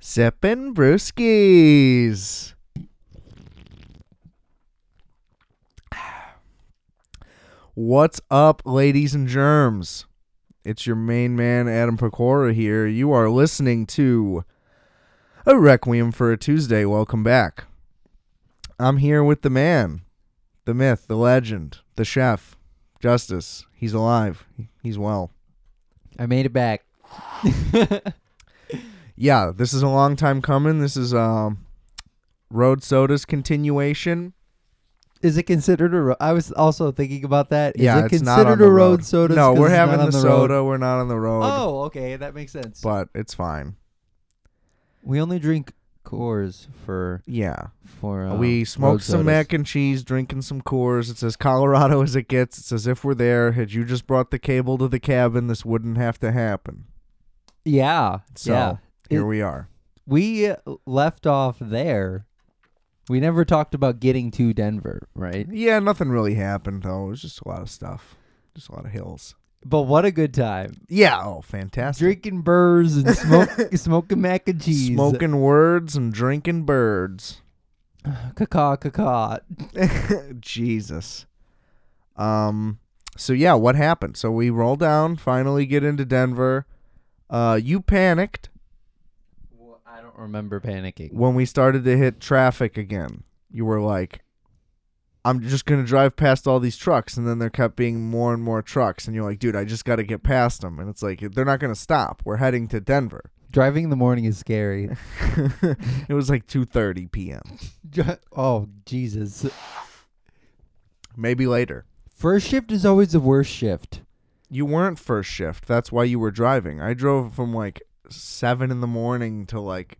Sippin' brewskis. What's up, ladies and germs? It's your main man, Adam Pecora, here. You are listening to A Requiem for a Tuesday. Welcome back. I'm here with the man, the myth, the legend, the chef, Justice. He's alive, he's well. I made it back. yeah, this is a long time coming. This is um, Road Soda's continuation. Is it considered a road? I was also thinking about that. Is yeah, it it's not considered on the a road, soda? No, 'cause we're it's not having on the, road? soda. We're not on the road, Oh, okay, that makes sense. but it's fine. we only drink Coors for Yeah, for uh, we smoked road some sodas. mac and cheese, drinking some Coors. It's as Colorado as it gets. It's as if we're there. Had you just brought the cable to the cabin, this wouldn't have to happen. Yeah, So yeah. here It- we are. We uh, left off there. We never talked about getting to Denver, right? Yeah, nothing really happened though. It was just a lot of stuff, just a lot of hills. But what a good time! Yeah, oh, fantastic. Drinking burrs and smoke, smoking mac and cheese, Smoking words and drinking birds. caca caca. Jesus. Um. So yeah, what happened? So we roll down, finally get into Denver. Uh, you panicked I don't remember panicking. when we started to hit traffic again. You were like, "I'm just gonna drive past all these trucks," and then there kept being more and more trucks, and you're like, "Dude, I just got to get past them." And it's like they're not gonna stop. We're heading to Denver. Driving in the morning is scary. it was like 2:30 p.m. Dri- Oh Jesus! Maybe later. First shift is always the worst shift. You weren't first shift. That's why you were driving. I drove from like seven in the morning to like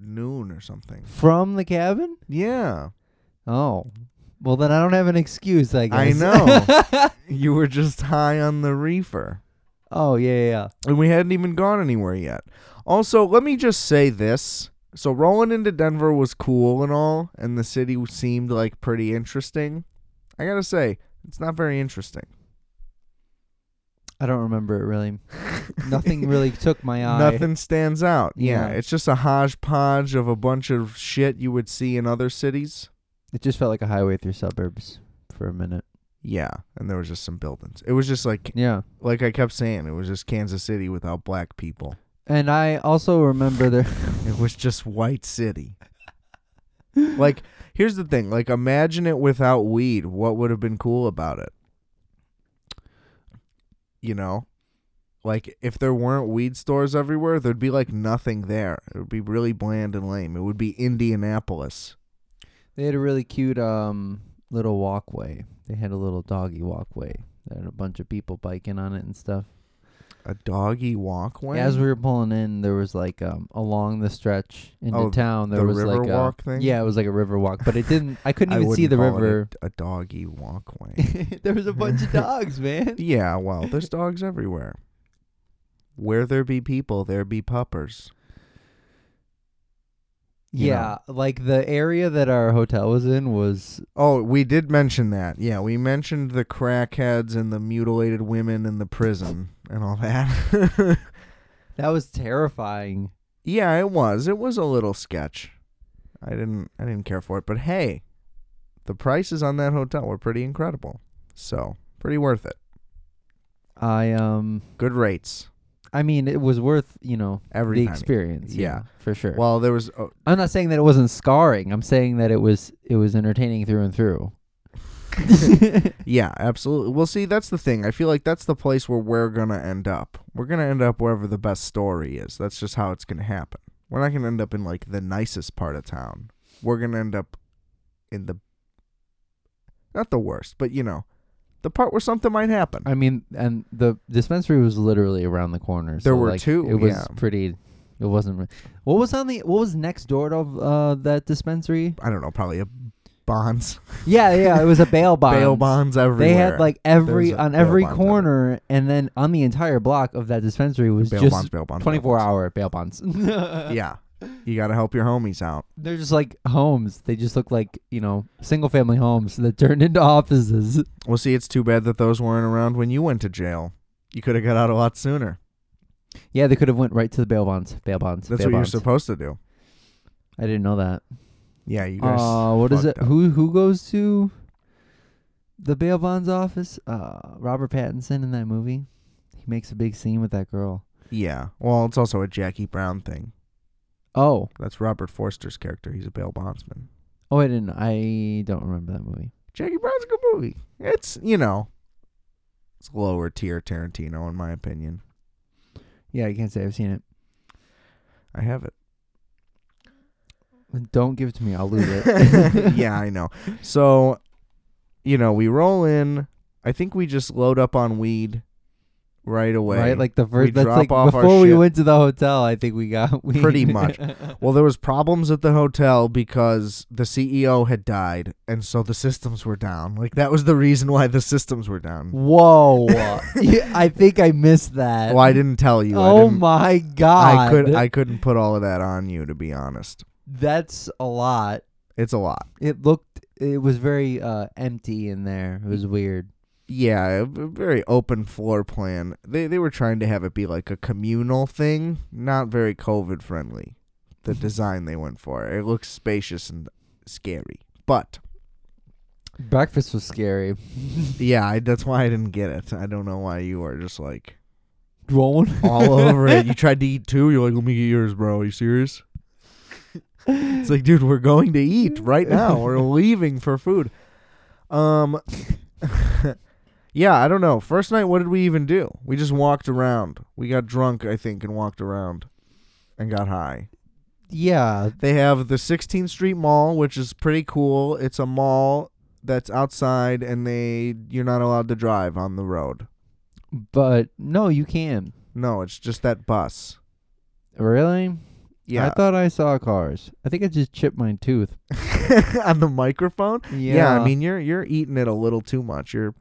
noon or something. From the cabin? Yeah, Oh, well then I don't have an excuse. I I guess know. you were just high on the reefer, oh yeah, yeah, yeah. and we hadn't even gone anywhere yet. Also, let me just say this. So rolling into Denver was cool and all, and the city seemed like pretty interesting. I gotta say, it's not very interesting. I don't remember it really. Nothing really took my eye. Nothing stands out. Yeah, Yeah. it's just a hodgepodge of a bunch of shit you would see in other cities. It just felt like a highway through suburbs for a minute. Yeah, and there was just some buildings. It was just like Yeah, like I kept saying, it was just Kansas City without black people. and I also remember there. It was just white city. like here's the thing, like imagine it without weed, what would have been cool about it? You know? Like if there weren't weed stores everywhere, there'd be like nothing there. It would be really bland and lame. It would be Indianapolis. They had a really cute um little walkway. They had a little doggy walkway. They had a bunch of people biking on it and stuff. A doggy walkway? As we were pulling in, there was like um along the stretch into Oh, town. There the was like Riverwalk a thing? yeah, it was like a river walk, but it didn't. I couldn't I even see wouldn't the call it a- river. a doggy walkway. there was a bunch of dogs, man. Yeah, well, there's dogs everywhere. Where there be people, there be puppers. You know. Yeah, like the area that our hotel was in was Oh, we did mention that. Yeah, we mentioned the crackheads and the mutilated women in the prison and all that. that was terrifying. yeah, it was. It was a little sketch. I didn't I didn't care for it, but hey, the prices on that hotel were pretty incredible. So, pretty worth it. I um, Good rates. I mean, it was worth you know Every the penny. experience. Yeah. for sure. Well, there was oh, I'm not saying that it wasn't scarring. I'm saying that it was it was entertaining through and through. Yeah, absolutely. Well, see, that's the thing. I feel like that's the place where we're going to end up. We're going to end up wherever the best story is. That's just how it's going to happen. We're not going to end up in like the nicest part of town. We're going to end up in the not the worst, but you know, the part where something might happen. I mean, and the dispensary was literally around the corner. There so, were like, two, It was yeah. pretty. It wasn't. re- What was on the? What was next door to uh, that dispensary? I don't know, probably a bonds, Yeah, yeah. It was a bail bond. bail bonds everywhere. They had like every There's a on bail every bonds corner, and then on the entire block of that dispensary was bail just bonds, bail bonds, bail 24 bonds. hour bail bonds. Yeah. You got to help your homies out. They're just like homes. They just look like you know single family homes that turned into offices. Well, see, it's too bad that those weren't around when you went to jail. You could have got out a lot sooner. Yeah, they could have went right to the bail bonds. Bail bonds. That's bail what you're bonds. supposed to do. I didn't know that. Yeah, you guys. Uh, what is it? fucked up. Who who goes to the bail bonds office? Uh, Robert Pattinson in that movie. He makes a big scene with that girl. Yeah. Well, it's also a Jackie Brown thing. Oh, That's Robert Forster's character. He's a bail bondsman. oh, I didn't. I don't remember that movie. Jackie Brown's a good movie. It's you know, it's lower tier Tarantino in my opinion. Yeah, I can't say I've seen it. I have it. Don't give it to me. I'll lose it. yeah, I know. So, you know, we roll in. I think we just load up on weed right away. Right, like the first. That's drop like off our before we shit. went to the hotel. I think we got weed. Pretty much. well, there was problems at the hotel because the CEO had died, and so the systems were down. Like that was the reason why the systems were down. Whoa! yeah, I think I missed that. Well, I didn't tell you. I Oh didn't- my god! I could I couldn't put all of that on you to be honest. That's a lot. It's a lot. It looked. It was very uh, empty in there. It was weird. Yeah, a v- very open floor plan. They they were trying to have it be like a communal thing, not very COVID friendly. The design they went for. It looks spacious and scary. But Breakfast was scary. yeah, I, that's why I didn't get it. I don't know why you are just like Drone. all over it. You tried to eat two. You're like, let me get yours, bro. Are you serious? It's like, dude, we're going to eat right now. We're leaving for food. Um, yeah, I don't know. First night, what did we even do? We just walked around. We got drunk, I think, and walked around and got high. yeah. They have the 16th Street Mall, which is pretty cool. It's a mall that's outside, and they you're not allowed to drive on the road. But no, you can. No, it's just that bus. Really? Yeah, I thought I saw cars. I think I just chipped my tooth. on the microphone. Yeah. Yeah. I mean you're you're eating it a little too much. You're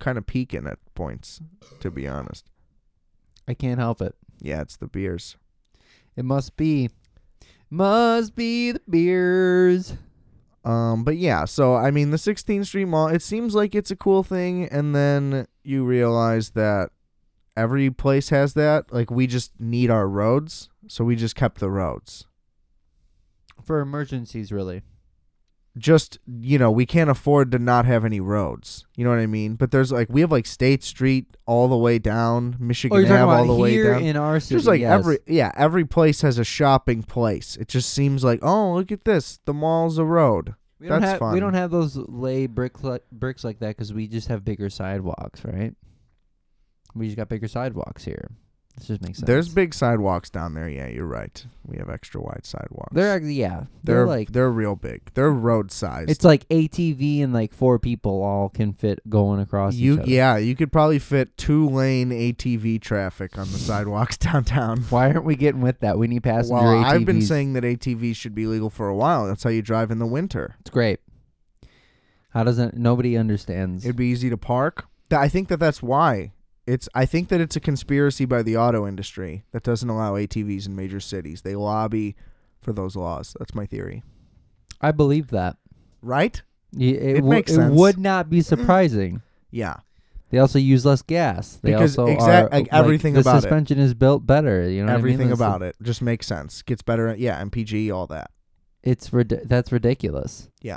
kind of peaking at points, to be honest. I can't help it. Yeah, it's the beers. It must be. Must be the beers. Um, but yeah, so I mean the 16th Street Mall. It seems like it's a cool thing, and then you realize that every place has that. Like we just need our roads, so we just kept the roads. For emergencies, really. Just you know, we can't afford to not have any roads. You know what I mean? But there's like we have like State Street all the way down, Michigan Oh, you're talking Ave all about the way here down. in our city. Just like yes. every yeah, every place has a shopping place. It just seems like oh look at this, the mall's a road. We don't That's have fun. we don't have those lay brick li- bricks like that because we just have bigger sidewalks, right? We just got bigger sidewalks here. This just makes sense. There's big sidewalks down there. Yeah, you're right. We have extra wide sidewalks. they're ac- yeah they're, they're, like they're real big. They're road sized. it's like ATV and like four people all can fit going across. each you other. yeah, you could probably fit two lane ATV traffic on the sidewalks downtown. Why aren't we getting with that? We need passenger Well, ATVs. I've been saying that ATVs should be legal for a while. That's how you drive in the winter. it's great. How doesn't nobody understands? It'd be easy to park. Th- I think that that's why. It's I think that it's a conspiracy by the auto industry that doesn't allow ATVs in major cities. They lobby for those laws. That's my theory. I believe that. Right? Y- It, It makes it sense. would not be surprising. Yeah. They also use less gas. They Because also exact- are, like, everything the about it. suspension is built better. You know what I mean? Everything It's- about it just makes sense. Gets better at yeah, MPG, all that. It's rid- that's ridiculous. Yeah.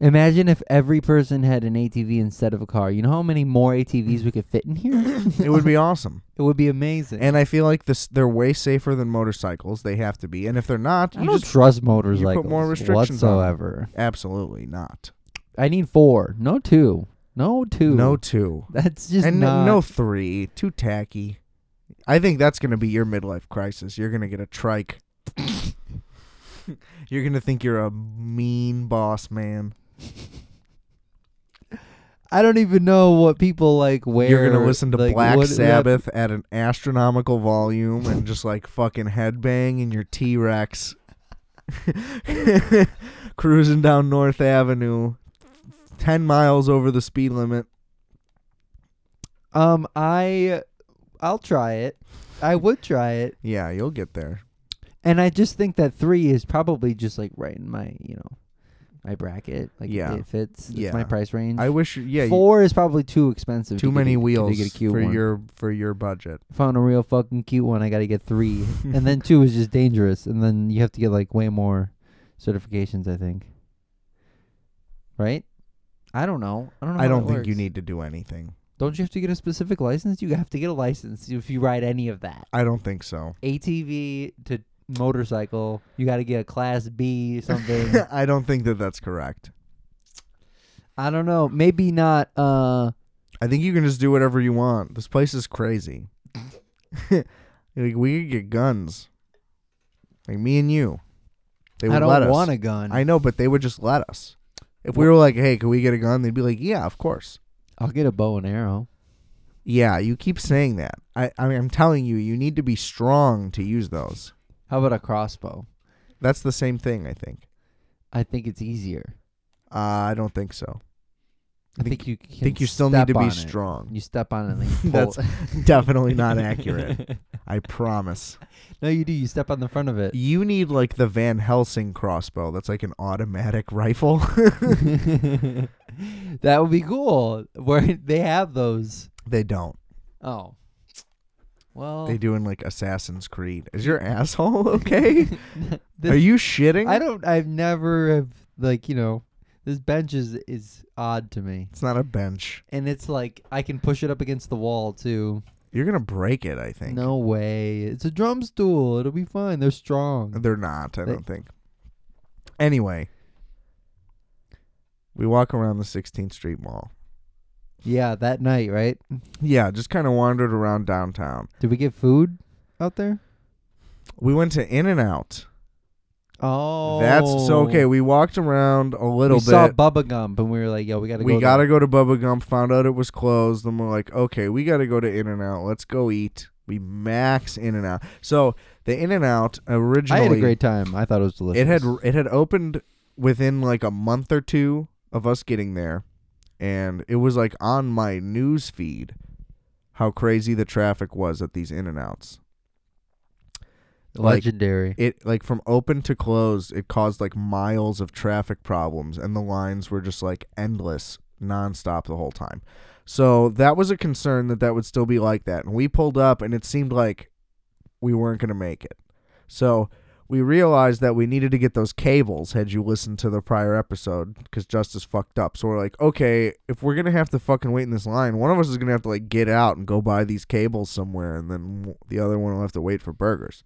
Imagine if every person had an ATV instead of a car. You know how many more ATVs we could fit in here? It would be awesome. It would be amazing. And I feel like this they're way safer than motorcycles. They have to be. And if they're not, I you don't just trust motors you like put more this restrictions on 'em. whatsoever. absolutely not. I need four, no two, no two. No two. that's just and not. n- no three. Too tacky. I think that's going to be your midlife crisis. You're going to get a trike. you're going to think you're a mean boss man. I don't even know what people like wear. you're going to listen to like, Black what- what- Sabbath at an astronomical volume and just like fucking headbang in your T Rex. Cruising down North Avenue, 10 miles over the speed limit. Um, I, I'll try it. I would try it. Yeah, you'll get there. And I just think that three is probably just like right in my, you know, my bracket. Like it- Yeah. it, fits. It's Yeah. my price range. I wish. Yeah. you- Four is probably too expensive. too to get many a- to wheels get a cute for one. your for your budget. Found a real fucking cute one. I got to get three, and then two is just dangerous, and then you have to get like way more certifications. I think. Right. I don't know. I don't know. I how don't it think you works. need to do anything. Don't you have to get a specific license? You have to get a license if you ride any of that. I don't think so. ATV to motorcycle, you got to get a class B something. I don't think that that's correct. I don't know. Maybe not. Uh, I think you can just do whatever you want. This place is crazy. like we could get guns. Like me and you. They would I let don't us. want a gun. I know, but they would just let us. If we were like, "Hey, can we get a gun?" They'd be like, "Yeah, of course." I'll get a bow and arrow. Yeah, you keep saying that. I, I mean, I'm telling you, you need to be strong to use those. How about a crossbow? That's the same thing, I think. I think it's easier. Uh, I don't think so. I think, you can think you still need to step be on it. strong. You step on it and then you pull That's it. Definitely not accurate. I promise. no, you do. You step on the front of it. You need like the Van Helsing crossbow. That's like an automatic rifle. that would be cool. Where they have those. they don't. Oh. Well, They do in like Assassin's Creed. Is your asshole okay? this- Are you shitting? I don't. I've never have like you know. This bench is is odd to me, It's not a bench. and it's like I can push it up against the wall too. You're gonna break it. I think. No way. It's a drum stool. It'll be fine. They're strong. They're not, I They- don't think. Anyway, we walk around the 16th Street Mall. Yeah, that night, right? Yeah, just kind of wandered around downtown. Did we get food out there? We went to In and Out. Oh, That's so okay. We walked around a We little bit. saw Bubba Gump, and we were like, "Yo, we gotta we go." gotta there. go to Bubba Gump. Found out it was closed. Then we're like, okay, we gotta go to In and Out. Let's go eat. We max In and Out. So the In and Out originally I had a great time. I thought it was delicious. it had it had opened within like a month or two of us getting there and it was like on my news feed how crazy the traffic was at these in and outs like- legendary. it like from open to close it caused like miles of traffic problems and the lines were just like endless nonstop the whole time so that was a concern that that would still be like that and we pulled up and it seemed like we weren't going to make it so we realized that we needed to get those cables had you listened to the prior episode because justice fucked up so we're like okay if we're going to have to fucking wait in this line one of us is going to have to like get out and go buy these cables somewhere and then the other one will have to wait for burgers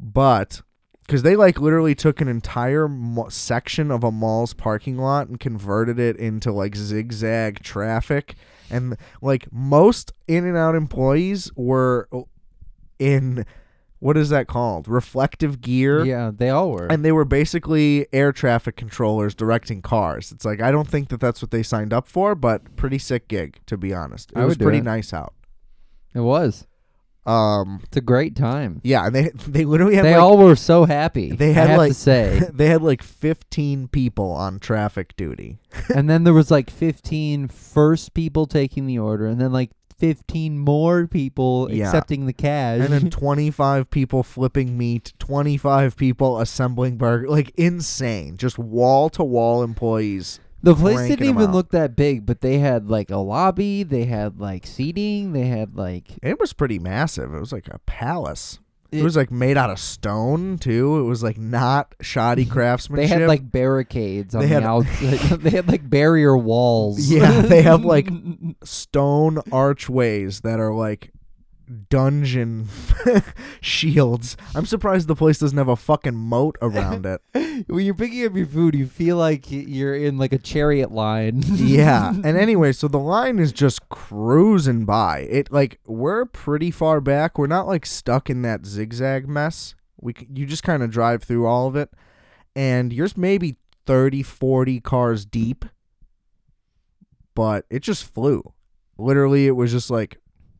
but because they like literally took an entire mo- section of a mall's parking lot and converted it into like zigzag traffic and like most in and out employees were oh, in what is that called reflective gear yeah, they all were. and they were basically air traffic controllers directing cars it's like i don't think that that's what they signed up for but pretty sick gig to be honest it I was would do pretty it. nice out it was. um It's a great time. yeah and they they literally had they like, all were so happy. They I had, have like- to say, they had like 15 people on traffic duty. and then there was like 15 first people taking the order, and then like 15 more people Yeah. accepting the cash. And then 25 people flipping meat, 25 people assembling burger. Like insane. Just wall to wall employees. the place cranking didn't 'em even out. look that big, but they had like a lobby, they had like seating, they had like It was pretty massive. It was like a palace. It, It- was like made out of stone, too. It was like not shoddy they craftsmanship. had like barricades on They the had- outside. they had like barrier walls. Yeah, they have like stone archways that are like dungeon shields. I'm surprised the place doesn't have a fucking moat around it. when you're picking up your food, you feel like y- you're in like a chariot line. yeah. And anyway, so the line is just cruising by. It like we're pretty far back. We're not like stuck in that zigzag mess. We c- you just kind of drive through all of it and you're s- maybe 30 40 cars deep. But it just flew. Literally it was just like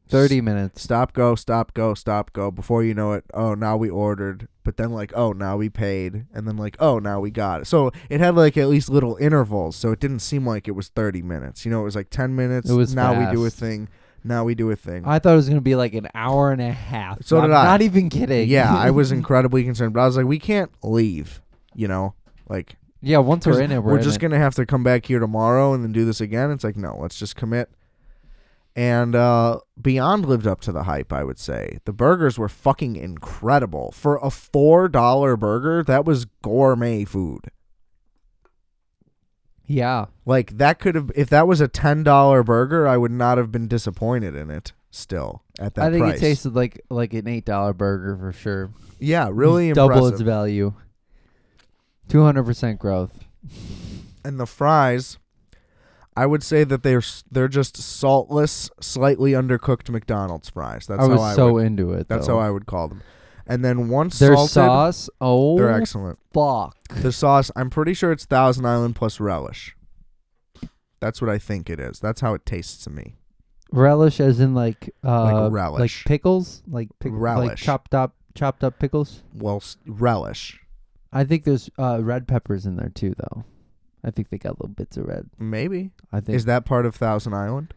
30 minutes. stop go stop go stop go before you know it oh now we ordered but then like oh now we paid and then like oh now we got it so it had like at least little intervals so it didn't seem like it was 30 minutes you know it was like 10 minutes It was now we do a fast. thing now we do a thing I thought it was gonna be like an hour and a half. So I'm did I. Not even kidding. yeah i was incredibly concerned but i was like we can't leave you know like Yeah, once 'Cause we're in it, we're, we're in just it. gonna have to come back here tomorrow and then do this again. It's like no, let's just commit. And uh, Beyond lived up to the hype, I would say. The burgers were fucking incredible for a four dollar burger. That was gourmet food. Yeah, Like that could have, if that was a ten dollar burger, I would not have been disappointed in it. Still at that I think price, it tasted like like an eight dollar burger for sure. yeah, really double impressive. its value. Two hundred percent growth. and the fries, I would say that they're s- they're just saltless, slightly undercooked McDonald's fries. That's I was how I so would, into it. that's though. how I would call them. And then once Their salted, sauce. Oh, they're excellent. fuck. The sauce, I'm pretty sure it's Thousand Island plus relish. That's what I think it is. That's how it tastes to me. Relish, as in like uh, relish. like pickles, like pic- like Relish. chopped up, chopped up pickles. Well, s- relish, I think there's uh, red peppers in there too, though. I think they got little bits of red. maybe I think is that part of Thousand Island?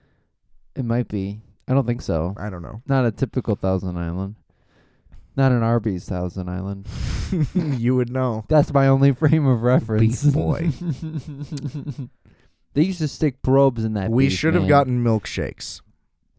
it might be. I don't think so. I don't know. Not a typical Thousand Island. Not an Arby's Thousand Island. you would know. That's my only frame of reference. Beef boy. they used to stick probes in that. we beef, should have man. gotten milkshakes.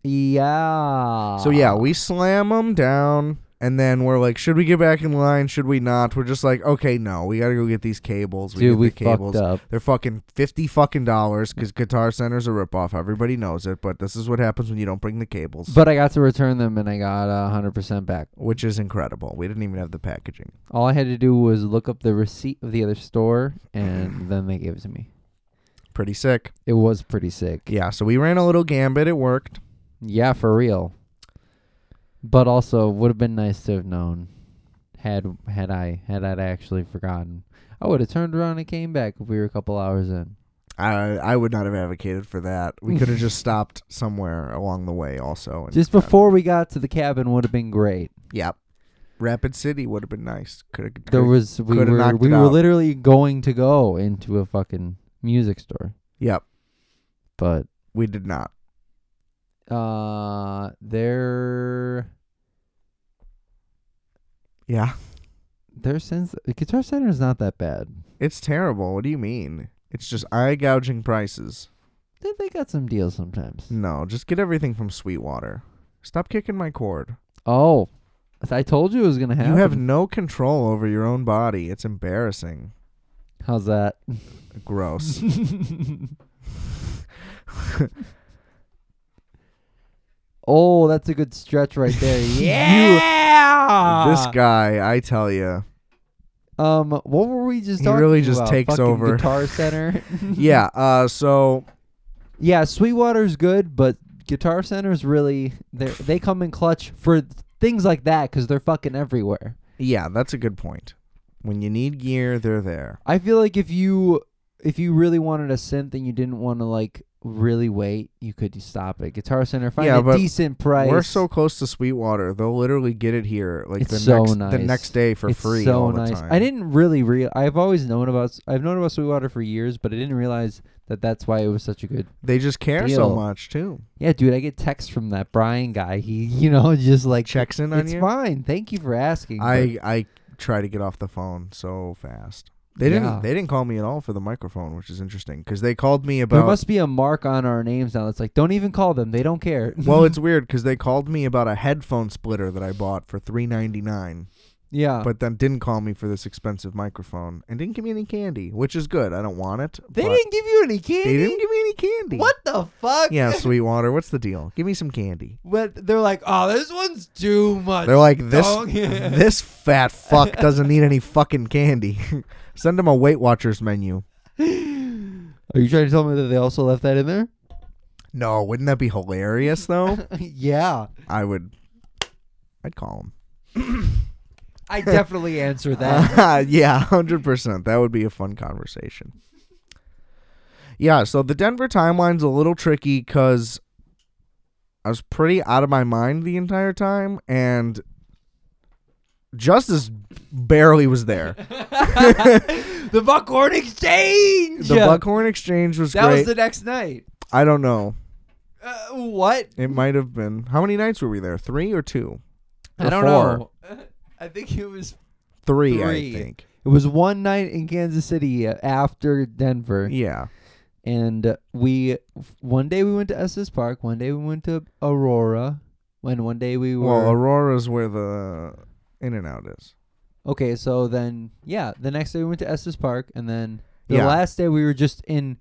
Yeah. So yeah, we slam them down, and then we're like, should we get back in line? Should we not? We're just like, okay, no, we gotta go get these cables. We dude, get we the cables. fucked up. They're fucking fifty fucking dollars because Guitar Center's a ripoff. Everybody knows it, but this is what happens when you don't bring the cables, But I got to return them, and I got a hundred percent back. which is incredible. We didn't even have the packaging. All I had to do was look up the receipt of the other store, and then they gave it to me. Pretty sick. It was pretty sick. Yeah. So we ran a little gambit. It worked. Yeah, for real. But also, would have been nice to have known. Had had I had I actually forgotten, I would have turned around and came back if we were a couple hours in. I I would not have advocated for that. We could have just stopped somewhere along the way also. And Just before we got to the cabin would have been great. Yep. Rapid City would have been nice. Could have. There was we coulda were knocked we it were out. literally going to go into a fucking music store, Yep. but We did not. uh, their Yeah. their sense Guitar Center is not that bad. It's terrible. What do you mean? It's just eye gouging prices. They they got some deals sometimes. No, just get everything from Sweetwater. Stop kicking my cord. Oh, I told you it was gonna happen. You have no control over your own body. It's embarrassing. how's that? Gross. oh, that's a good stretch right there. yeah. this guy, I tell you. Um, what were we just He talking really just about? takes Fucking over. Guitar Center. Yeah. Uh. So yeah, Sweetwater's good, but Guitar Center's really they they come in clutch for things like that because they're fucking everywhere. yeah, that's a good point. When you need gear, they're there. I feel like if you if you really wanted a synth and you didn't want to like really wait, you could stop at Guitar Center, find Yeah, a but decent price. We're so close to Sweetwater. They'll literally get it here like It's the so next the nice. next day for it's free So all nice. the time. I didn't really real. I've always known about. s- I've known about Sweetwater for years, but I didn't realize that that's why it was such a good. They just care so Deal. much too. Yeah, dude, I get texts from that Brian guy. He, you know, just like Checks in on It's you. fine. Thank you for asking. but- I I try to get off the phone so fast. They Yeah. didn't they didn't call me at all for the microphone, which is interesting because they called me there about. must be a mark on our names now. It's like don't even call them. They don't care. well, it's weird because they called me about a headphone splitter that I bought for three ninety nine, yeah, but then didn't call me for this expensive microphone and didn't give me any candy, which is good. I don't want it. they but didn't give you any they candy. didn't give me any candy. What the fuck? Yeah, Sweetwater, what's the deal? Give me some candy. But they're like, oh, this one's too much. They're like this. dog." this fat fuck doesn't need any fucking candy. Send him a Weight Watchers menu. Are you trying to tell me that they also left that in there? No, wouldn't that be hilarious though? yeah. I would. I'd call him. I definitely answer that. yeah, hundred percent. That would be a fun conversation. Yeah, so the Denver timeline's a little tricky because I was pretty out of my mind the entire time, and Justice barely was there. the Buckhorn Exchange. The Buckhorn Exchange was That great. was the next night. I don't know. Uh, what? It might have been. How many nights were we there? Three or two? I Or don't four? know. I think it was Three, I Three. think. It was one night in Kansas City uh, after Denver, Yeah. and uh, we one day we went to Estes Park, one day we went to Aurora, and one day we were Well, Aurora's where the In and Out is. okay. So then, yeah, the next day we went to Estes Park, and then the Yeah. last day we were just in.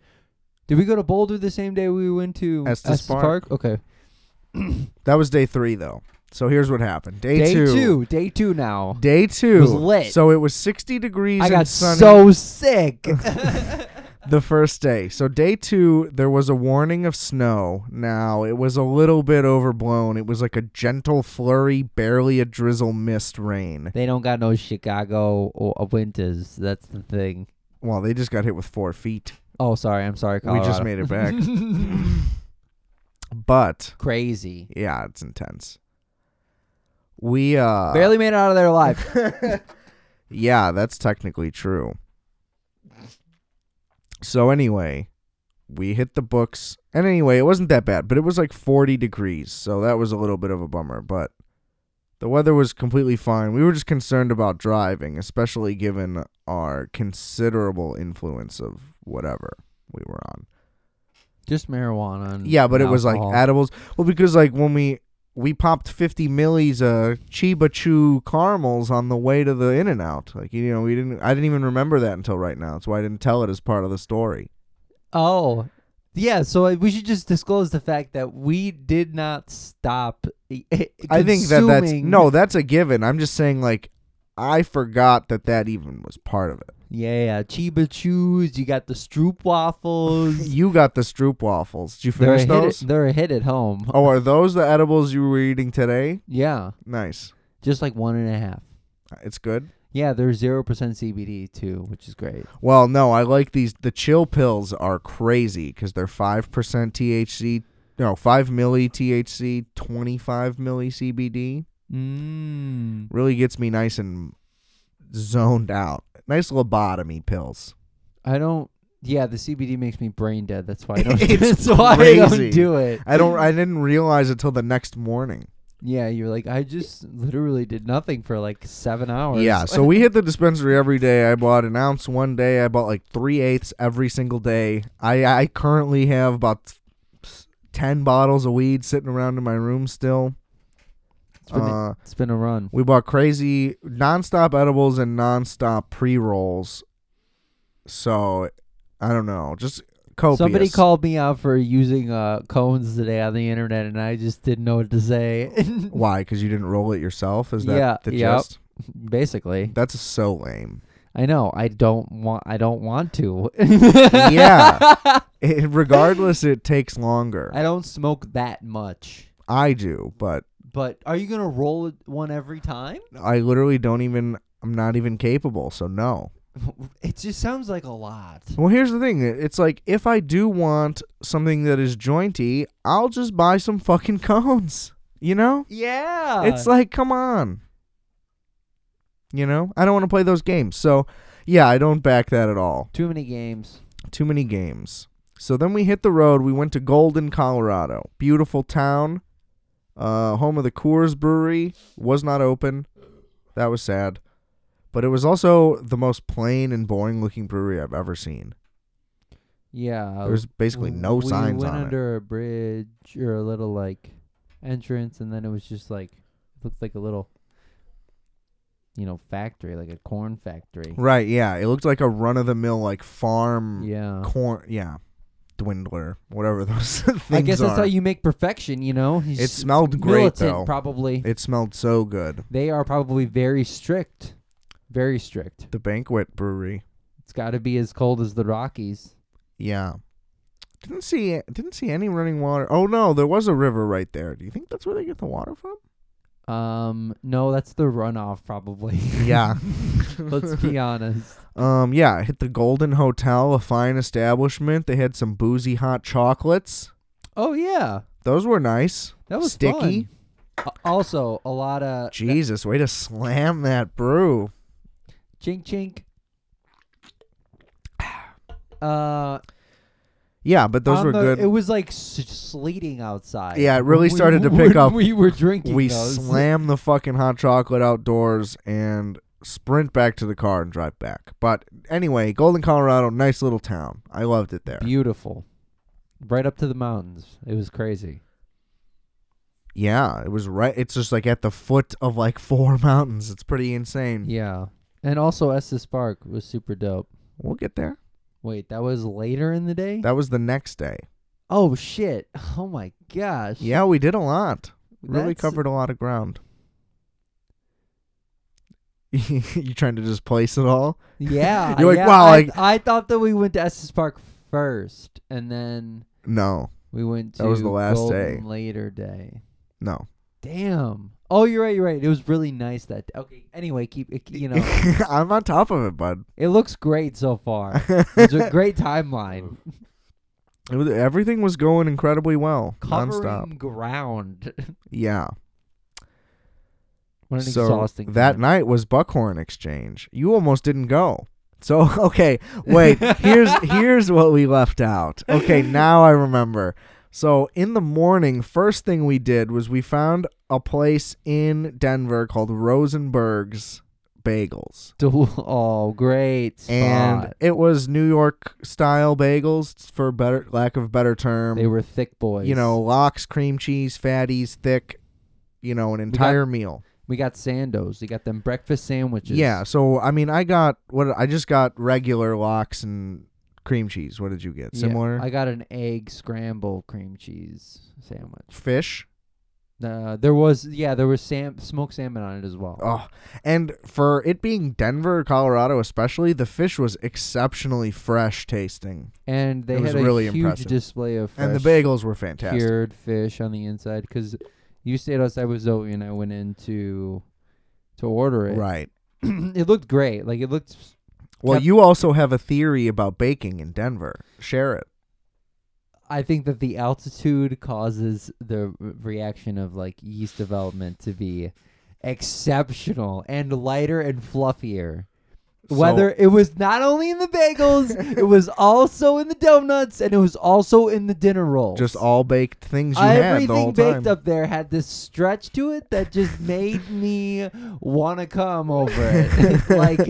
Did we go to Boulder the same day we went to Estes Park. Okay, That was day three, though. So here's what happened. Day, day two, day two now. Day two. was lit. So it was 60 degrees I and got sunny so sick. the first day. So day two, there was a warning of snow. Now it was a little bit overblown. It was like a gentle flurry, barely a drizzle, mist rain. they don't got no Chicago or uh, winters. That's the thing. Well, they just got hit with four feet. Oh, sorry. I'm sorry, Colorado. We just made it back. but Crazy. yeah, it's intense. We uh Barely made it out of there alive. Yeah, that's technically true. So anyway, we hit the books. And anyway, it wasn't that bad, but it was like 40 degrees, so that was a little bit of a bummer, but the weather was completely fine. We were just concerned about driving, especially given our considerable influence of whatever we were on. just marijuana. And Yeah, but it was like Mm, alcohol. edibles. Well, because like when we we popped fifty millis uh Chiba Chew caramels on the way to the In and Out. Like you know, we didn't. I didn't even remember that until right now. That's why I didn't tell it as part of the story. Oh. Yeah, so uh, we should just disclose the fact that we did not stop. e, I think that that's consuming- no, that's a given. I'm just saying like I forgot that that even was part of it. Yeah, yeah. Chiba Chews. You got the Stroop waffles. You got the Stroop waffles. Did you they're, a finish hit those? they're a hit at home. Oh, are those the edibles you were eating today? Yeah, Nice. just like one and a half. It's good. Yeah, they're zero percent CBD too, which is great. Well, no, I like these. The chill pills are crazy because they're five percent THC. No, five milli THC, twenty-five milli CBD. Mm. Really gets me nice and zoned out. Nice lobotomy pills. I don't. Yeah, the CBD makes me brain dead. That's why I don't. It's that's why I crazy. don't do it. I don't. I didn't realize it till the next morning. Yeah, you're like I just literally did nothing for like seven hours. Yeah. So we hit the dispensary every day. I bought an ounce one day. I bought like three eighths every single day. I I currently have about ten bottles of weed sitting around in my room still. it's been, Uh, it's been a run. We bought crazy nonstop edibles and nonstop pre rolls. So, I don't know, just copious. Somebody called me out for using uh, cones today on the internet, and I just didn't know what to say. Why? Because you didn't roll it yourself? Is that Yeah, the yep. gist? Basically, That's so lame. I know I don't want. I don't want to. yeah. It- regardless, it takes longer. I don't smoke that much. I do, but But are you gonna roll one every time? I literally don't even. I'm not even capable, so no. It just sounds like a lot. Well, here's the thing. It's like if I do want something that is jointy, I'll just buy some fucking cones. You know? Yeah. it's like, come on. You know, I don't want to play those games. So, yeah, I don't back that at all. too many games. Too many games. So then we hit the road. We went to Golden, Colorado. Beautiful town. Uh, home of the Coors Brewery. Was not open. That was sad. But it was also the most plain and boring looking brewery I've ever seen. Yeah. There was basically no we signs went on it. under a bridge or a little like entrance, and then it was just like it looked like a little, you know, factory, like a corn factory. Right, yeah. It looked like a run of the mill, like farm Yeah. corn. Yeah. Dwindler, whatever those things I guess are. that's how you make perfection. You know. He's It smelled great, militant, though. Probably It smelled so good. they are probably very strict. Very strict. The banquet brewery. It's got to be as cold as the Rockies. Yeah. Didn't see didn't see any running water. Oh no, there was a river right there. Do you think that's where they get the water from? Um, no, that's the runoff probably. Yeah. Let's be honest. Um yeah, I hit the Golden Hotel, a fine establishment. They had some boozy hot chocolates. Oh yeah, Those were nice. that was Sticky. fun. A- Also, a lot of that- Jesus, way to slam that brew. chink chink. Uh, Yeah, but those on were the- good. It was like s- sleeting outside. Yeah, it really We- started to when pick up. We were drinking. we those. slammed the fucking hot chocolate outdoors and sprint back to the car and drive back. But anyway, Golden, Colorado, nice little town. I loved it there. Beautiful. Right up to the mountains. It was crazy. Yeah, it was right. It's just like at the foot of like four mountains. It's pretty insane. Yeah. And also Estes Park was super dope. We'll get there. Wait, that was later in the day? That was the next day. oh shit. Oh my gosh. Yeah, we did a lot. Really That's- covered a lot of ground. you trying to just place it all? Yeah. You're like, yeah, wow, I, like- I thought that we went to Estes Park first and then No, we went to That was the last Golden day. later day. no. Damn. Oh, you're right, you're right. It was really nice that day. Okay. Anyway, keep it, you know, I'm on top of it, bud. it looks great so far. It's a great timeline. It was- everything was going incredibly well, Covering nonstop. ground. Yeah. What an so exhausting that time. night was Buckhorn Exchange. You almost didn't go. So okay, wait. here's here's what we left out. Okay, now I remember. So in the morning, first thing we did was we found a place in Denver called Rosenberg's Bagels. Del- Oh, great spot. And it was New York style bagels for better lack of better term. they were thick boys. um, you know, lox, cream cheese, fatties, thick, you know, an entire meal. we got sandos. We got them breakfast sandwiches. Yeah, so I mean, I got what I just got regular lox and cream cheese. What did you get? Yeah, Similar I got an egg scramble cream cheese sandwich. fish. Uh, there was yeah, there was sam- smoked salmon on it as well. Oh, and for it being Denver, Colorado, especially, the fish was exceptionally fresh tasting, and they it was had a really huge impressive. display of fresh and the bagels were fantastic. cured fish on the inside because you stayed outside with Zoe and I went in to to order it. Right. it looked great. Like it looked. Well, Yep. you also have a theory about baking in Denver. Share it. I think that the altitude causes the re- reaction of like yeast development to be exceptional and lighter and fluffier. Whether it was not only in the bagels, it was also in the donuts, and it was also in the dinner rolls. Just all baked things you had the Everything whole baked time. up there had this stretch to it that just made me want to come over it. like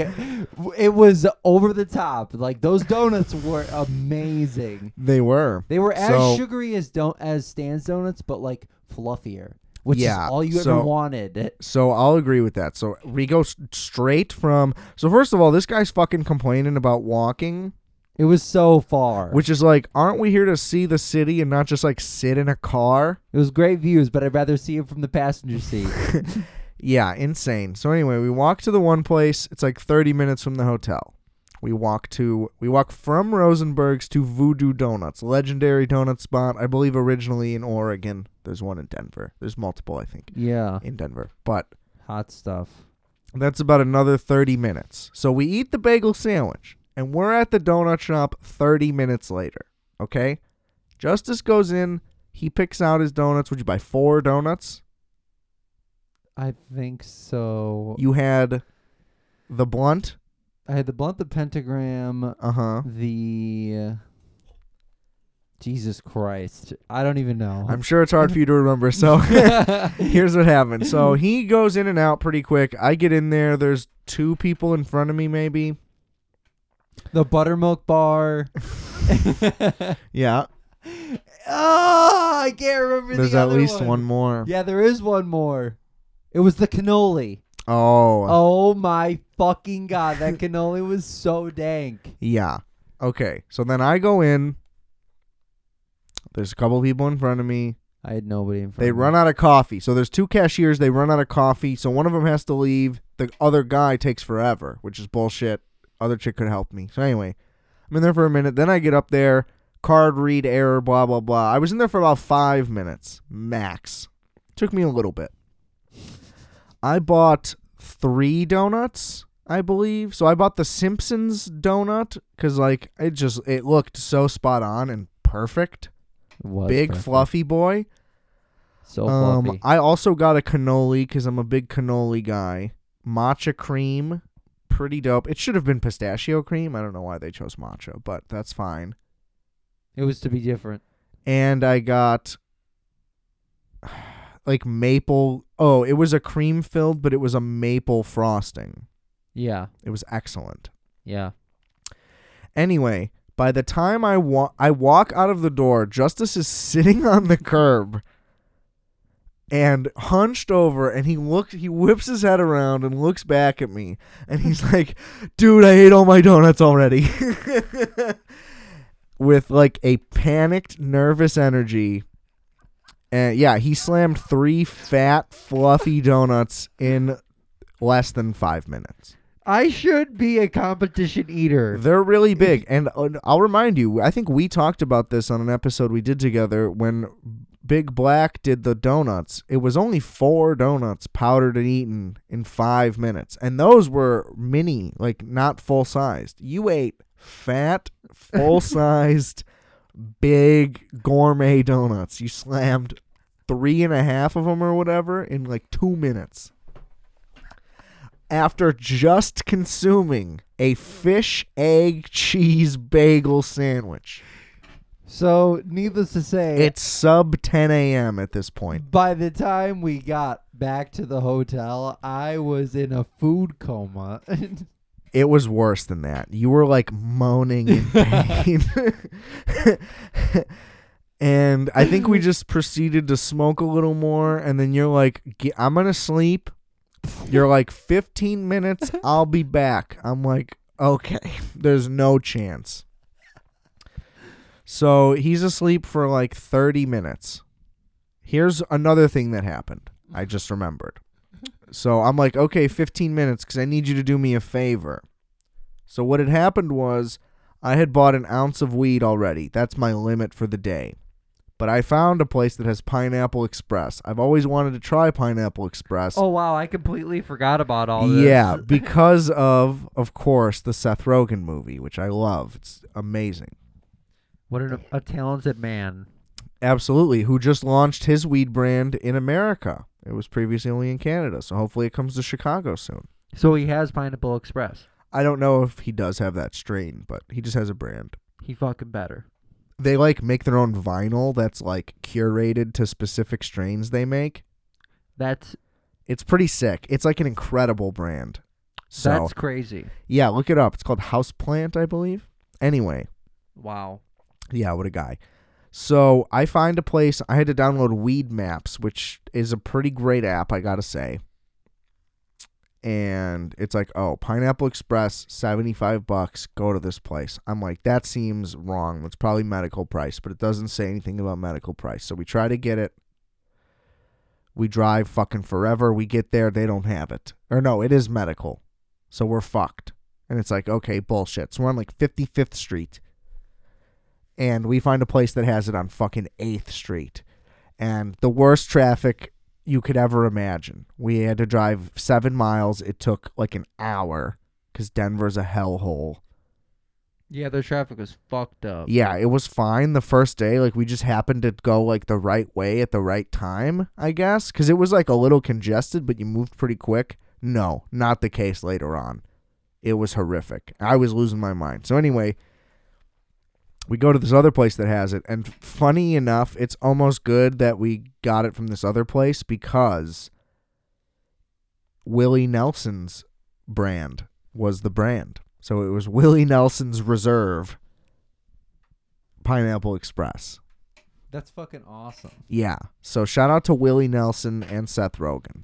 w- it was over the top. Like those donuts were amazing. They were. They were as So- sugary as don't as Stan's donuts, but like fluffier, which Yeah, is all you so- ever wanted. So I'll agree with that. So we go s- straight from. So first of all, this guy's fucking complaining about walking, It was so far. which is like, aren't we here to see the city and not just like sit in a car? it was great views, but I'd rather see it from the passenger seat. Yeah, insane. So anyway, we walk to the one place. It's like 30 minutes from the hotel. We walk to we walk from Rosenberg's to Voodoo Donuts, legendary donut spot. I believe originally in Oregon. There's one in Denver. There's multiple, I think, yeah, in Denver. But hot stuff. That's about another 30 minutes. So we eat the bagel sandwich and we're at the donut shop 30 minutes later. Okay? Justice goes in, he picks out his donuts. Would you buy four donuts? I think so. You had the blunt. I had the blunt, the pentagram, Uh huh. the Jesus Christ. I don't even know. I'm sure it's hard for you to remember. So here's what happened. So he goes in and out pretty quick. I get in there. There's two people in front of me, maybe. the buttermilk bar. Yeah. oh, I can't remember. There's the at other least one. one more. Yeah, there is one more. It was the cannoli. Oh. Oh my fucking god, that cannoli was so dank. Yeah. Okay. So then I go in. There's a couple people in front of me. I had nobody in front. They of me. run out of coffee. So there's two cashiers. They run out of coffee. So one of them has to leave. The other guy takes forever, which is bullshit. Other chick could help me. So anyway, I'm in there for a minute. Then I get up there. Card read error, blah, blah, blah. I was in there for about five minutes max. Took me a little bit. I bought three donuts, I believe. So I bought the Simpsons donut because, like, it just it looked so spot on and perfect. It was Big, perfect. fluffy boy. So Um, fluffy. I also got a cannoli because I'm a big cannoli guy. Matcha cream, pretty dope. It should have been pistachio cream. I don't know why they chose matcha, but that's fine. It was to be different. And I got like maple. Oh, it was a cream filled, but it was a maple frosting. Yeah. It was excellent. Yeah. Anyway, by the time I wa- I walk out of the door, Justice is sitting on the curb and hunched over and he looks he whips his head around and looks back at me and he's like, "Dude, I ate all my donuts already." With like a panicked, nervous energy. And yeah, he slammed three fat, fluffy donuts in less than 5 minutes. I should be a competition eater. They're really big, and uh, I'll remind you. I think we talked about this on an episode we did together when Big Black did the donuts. It was only four donuts powdered and eaten in five minutes, and those were mini, like not full sized. You ate fat, full sized, big gourmet donuts. You slammed three and a half of them or whatever in like two minutes after just consuming a fish, egg, cheese bagel sandwich. So, needless to say, It's sub 10 a.m. at this point. by the time we got back to the hotel, I was in a food coma. It was worse than that. You were like moaning in pain. and I think we just proceeded to smoke a little more. And then you're like, "G- I'm going to sleep. You're like, 15 minutes, I'll be back. I'm like, okay, there's no chance. So he's asleep for like 30 minutes. Here's another thing that happened. I just remembered. So I'm like, okay, 15 minutes because I need you to do me a favor. So what had happened was I had bought an ounce of weed already. That's my limit for the day. But I found a place that has Pineapple Express. I've always wanted to try Pineapple Express. oh, wow. I completely forgot about all Yeah, because of, of course, the Seth Rogen movie, which I love. It's amazing. What an, a talented man. Absolutely. Who just launched his weed brand in America. It was previously only in Canada, so hopefully it comes to Chicago soon. So, he has Pineapple Express. I don't know if he does have that strain, but he just has a brand. He fucking better. They like make their own vinyl that's like curated to specific strains they make. That's It's pretty sick. It's like an incredible brand. So, that's crazy. yeah, look it up. It's called Houseplant, I believe. Anyway, Wow. Yeah, what a guy. So I find a place. I had to download Weed Maps, which is a pretty great app, I gotta say. And it's like, oh, Pineapple Express, seventy-five bucks. Go to this place. I'm like, that seems wrong. It's probably medical price, but it doesn't say anything about medical price. So we try to get it. We drive fucking forever. We get there, they don't have it. Or no, it is medical, so we're fucked. And it's like, okay, bullshit. So we're on like Fifty-Fifth Street and we find a place that has it on fucking 8th Street. And the worst traffic you could ever imagine. We had to drive seven miles. It took like an hour because Denver's a hellhole. Yeah, their traffic was fucked up. Yeah, it was fine the first day. Like, we just happened to go like the right way at the right time, I guess, because it was like a little congested, but you moved pretty quick. No, not the case later on. It was horrific. I was losing my mind. So, anyway, we go to this other place that has it and funny enough it's almost good that we got it from this other place because willie nelson's brand was the brand so it was willie nelson's reserve pineapple express That's fucking awesome. yeah so shout out to willie nelson and seth rogen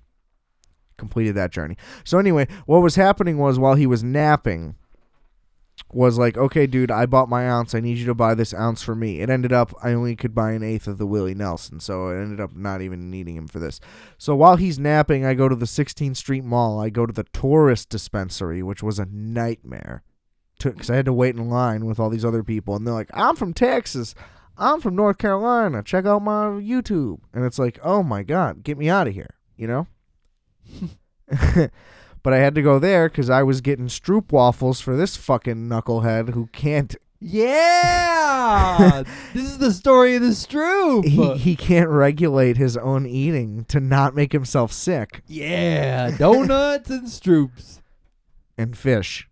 completed that journey so anyway what was happening was while he was napping was like, okay, dude, I bought my ounce. I need you to buy this ounce for me. It ended up I only could buy an eighth of the Willie Nelson, so I ended up not even needing him for this. So while he's napping, I go to the 16th Street Mall. I go to the tourist dispensary, which was a nightmare, because I had to wait in line with all these other people, and they're like, I'm from Texas. I'm from North Carolina. Check out my YouTube. And it's like, oh my God, get me out of here, you know? but I had to go there because I was getting stroop waffles for this fucking knucklehead who can't Yeah. this is the story of the Stroop. he, he can't regulate his own eating to not make himself sick yeah, donuts and Stroops and fish.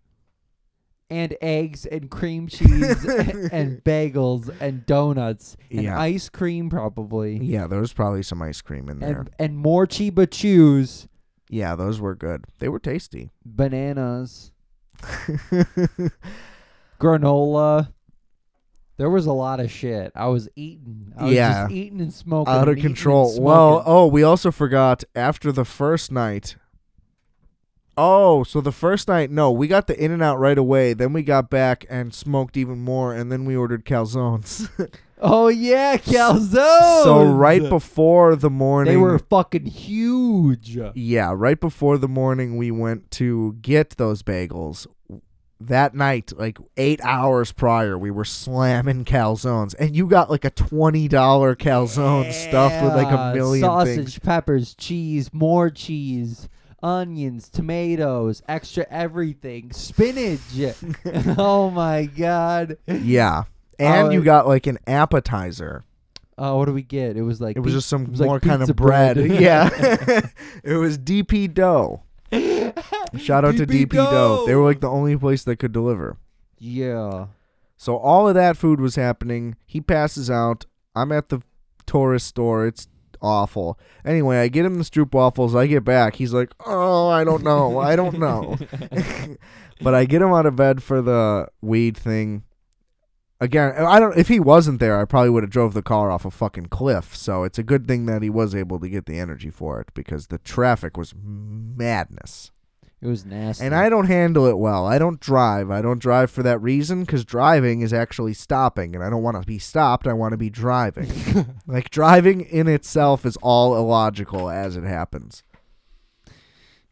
and eggs and cream cheese and, and bagels and donuts and Yeah. ice cream probably. Yeah, there was probably some ice cream in there. And and more Chiba chews Yeah, those were good. They were tasty. bananas, granola. There was a lot of shit. I was eating. I was Yeah. just eating and smoking. Out and of eating and control. Well, smoking. oh, we also forgot after the first night. Oh, so the first night, no, we got the In and Out right away. Then we got back and smoked even more, and then we ordered calzones. oh yeah, calzones. so right before the morning, Oh, they were fucking huge. Yeah, right before the morning we went to get those bagels. That night, like eight hours prior, we were slamming calzones, and you got like a twenty dollar calzone stuffed Oh, with like Yeah, a million sausage, things. peppers, cheese, more cheese, onions, tomatoes, extra everything, spinach. oh my god. Yeah, and Oh, you it- got like an appetizer. Oh, what do we get? It was like It was pe- just some was like more kind pizza of bread. bread. yeah, it was DP Dough. Shout out to DP DP Dough. They Dough. were like the only place that could deliver. yeah. So all of that food was happening. He passes out. I'm at the tourist store. It's awful. Anyway, I get him the stroop waffles. I get back. He's like, "Oh, I don't know. I don't know." but I get him out of bed for the weed thing. Again, I don't. If he wasn't there, I probably would have drove the car off a fucking cliff. So it's a good thing that he was able to get the energy for it because the traffic was madness. It was nasty. And I don't handle it well. I don't drive. I don't drive for that reason because driving is actually stopping, and I don't want to be stopped. I want to be driving. like driving in itself is all illogical as it happens,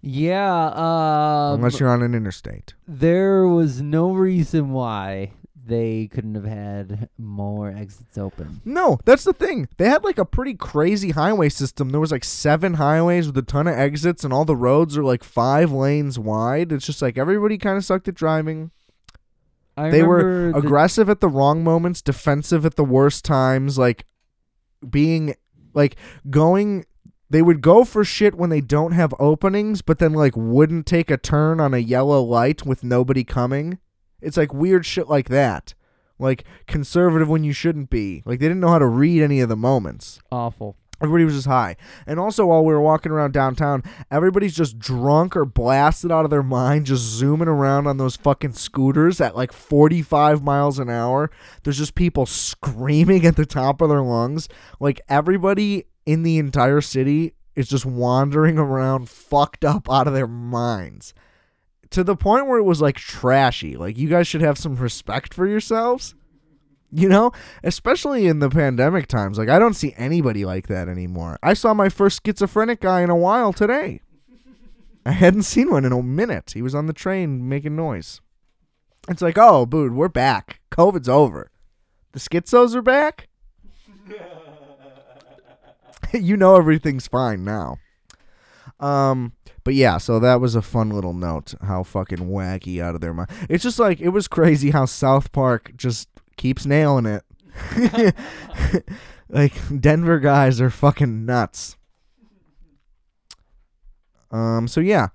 Yeah, um unless you're on an interstate. there was no reason why they couldn't have had more exits open. No, that's the thing. They had like a pretty crazy highway system. There was like seven highways with a ton of exits, and all the roads are like five lanes wide. It's just like everybody kind of sucked at driving. I they were remember the- aggressive at the wrong moments, defensive at the worst times, like being like going they would go for shit when they don't have openings, but then like wouldn't take a turn on a yellow light with nobody coming. It's like weird shit like that. Like conservative when you shouldn't be. Like they didn't know how to read any of the moments. awful. Everybody was just high. And also, while we were walking around downtown, everybody's just drunk or blasted out of their mind, just zooming around on those fucking scooters at like 45 miles an hour. There's just people screaming at the top of their lungs. Like, everybody in the entire city is just wandering around fucked up out of their minds to the point where it was like trashy. Like, you guys should have some respect for yourselves you know especially in the pandemic times like i don't see anybody like that anymore i saw my first schizophrenic guy in a while today i hadn't seen one in a minute he was on the train making noise it's like oh dude we're back covid's over the schizos are back you know everything's fine now um but yeah so that was a fun little note how fucking wacky out of their mind it's just like it was crazy how south park just keeps nailing it like denver guys are fucking nuts um so yeah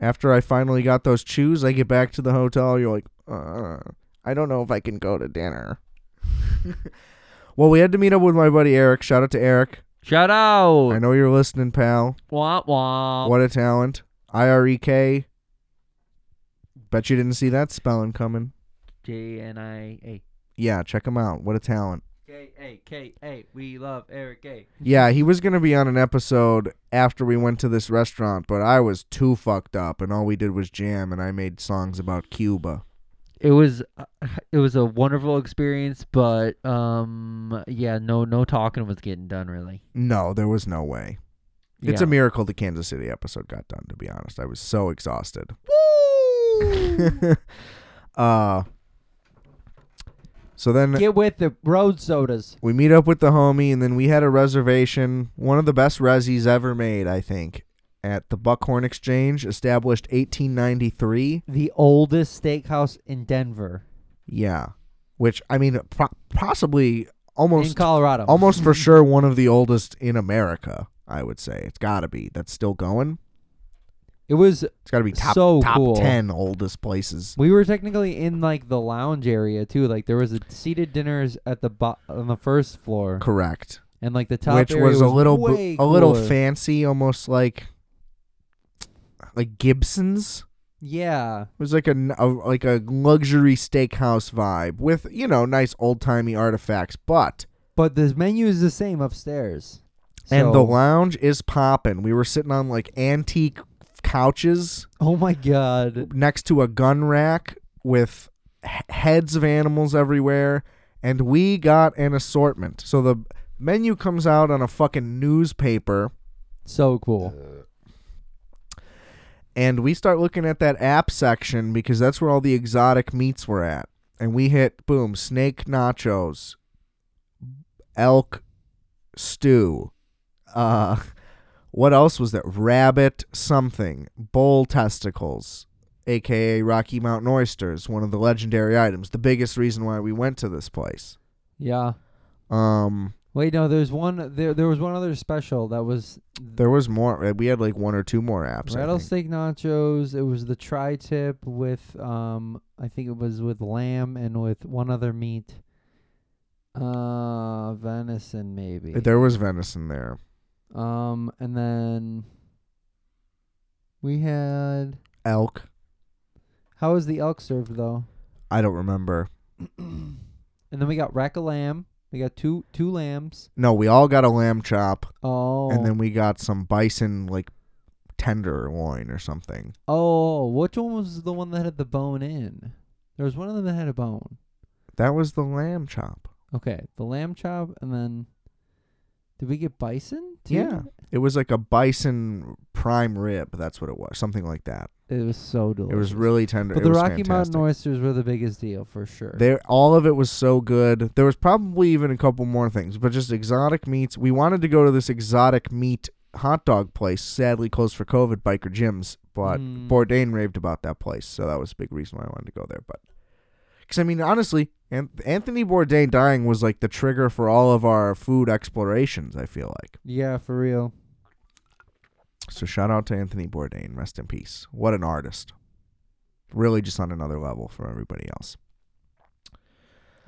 after i finally got those chews i get back to the hotel you're like uh, i don't know if i can go to dinner well we had to meet up with my buddy eric shout out to eric Shout i out. know you're listening pal Wah wah. what a talent. I R E K. Bet you didn't see that spelling coming. J N I A Yeah, check him out. What a talent. K A K A. We love Eric A. Yeah, he was going to be on an episode after we went to this restaurant, but I was too fucked up and all we did was jam and I made songs about Cuba. It was, uh, it was a wonderful experience, but um, yeah, no, no talking was getting done really. No, there was no way. It's a Yeah. miracle the Kansas City episode got done, to be honest. I was so exhausted. uh So then Get with the road sodas. We meet up with the homie, and then we had a reservation, one of the best resis ever made, I think, at the Buckhorn Exchange, established 1893. The oldest steakhouse in Denver, Yeah, which I mean, pro- possibly in almost, Colorado. almost for sure, one of the oldest in America. I would say it's got to be. That's still going. It was. It's got to be top So top cool. ten oldest places. We were technically in like the lounge area too. Like there was a seated dinners at the bo- on the first floor, Correct. and like the top which area was, a little bo- way a little cooler. fancy, almost like like Gibson's. Yeah. It was like a, n- a- like a luxury steakhouse vibe with you know nice old timey artifacts, but But the menu is the same upstairs. and the So- lounge is popping. We were sitting on like antique couches Oh my god. next to a gun rack with h- heads of animals everywhere, and we got an assortment. So the menu comes out on a fucking newspaper. So cool. Uh, and we start looking at that app section because that's where all the exotic meats were at. And we hit boom, snake nachos, elk stew. Uh what else was that? Rabbit something, bull testicles, aka Rocky Mountain oysters, one of the legendary items. The biggest reason why we went to this place. Yeah. Um Wait, no, there's one there there was one other special that was there was more. We had like one or two more apps. I think. rattlesnake nachos. It was the tri tip with um I think it was with lamb and with one other meat. Uh venison maybe. There was venison there. Um and then we had Elk. how was the elk served though? I don't remember. and then we got rack of lamb. We got two two lambs. No, we all got a lamb chop. Oh. and then we got some bison like tenderloin or something. Oh, which one was the one that had the bone in? There was one of them that had a bone. That was the lamb chop. Okay, the lamb chop, and then did we get bison? too? Yeah. It was like a bison prime rib. That's what it was. Something like that. it was so delicious. It was really tender. But it the was Rocky Mountain fantastic. oysters were the biggest deal for sure. There, all of it was so good. There was probably even a couple more things, but just exotic meats. We wanted to go to this exotic meat hot dog place, sadly closed for COVID, Biker Jim's, but Mm. Bourdain raved about that place, so that was a big reason why I wanted to go there. But because I mean, honestly, An- Anthony Bourdain dying was like the trigger for all of our food explorations. I feel like yeah, for real. so. Shout out to Anthony Bourdain, rest in peace. What an artist! Really, just on another level from everybody else.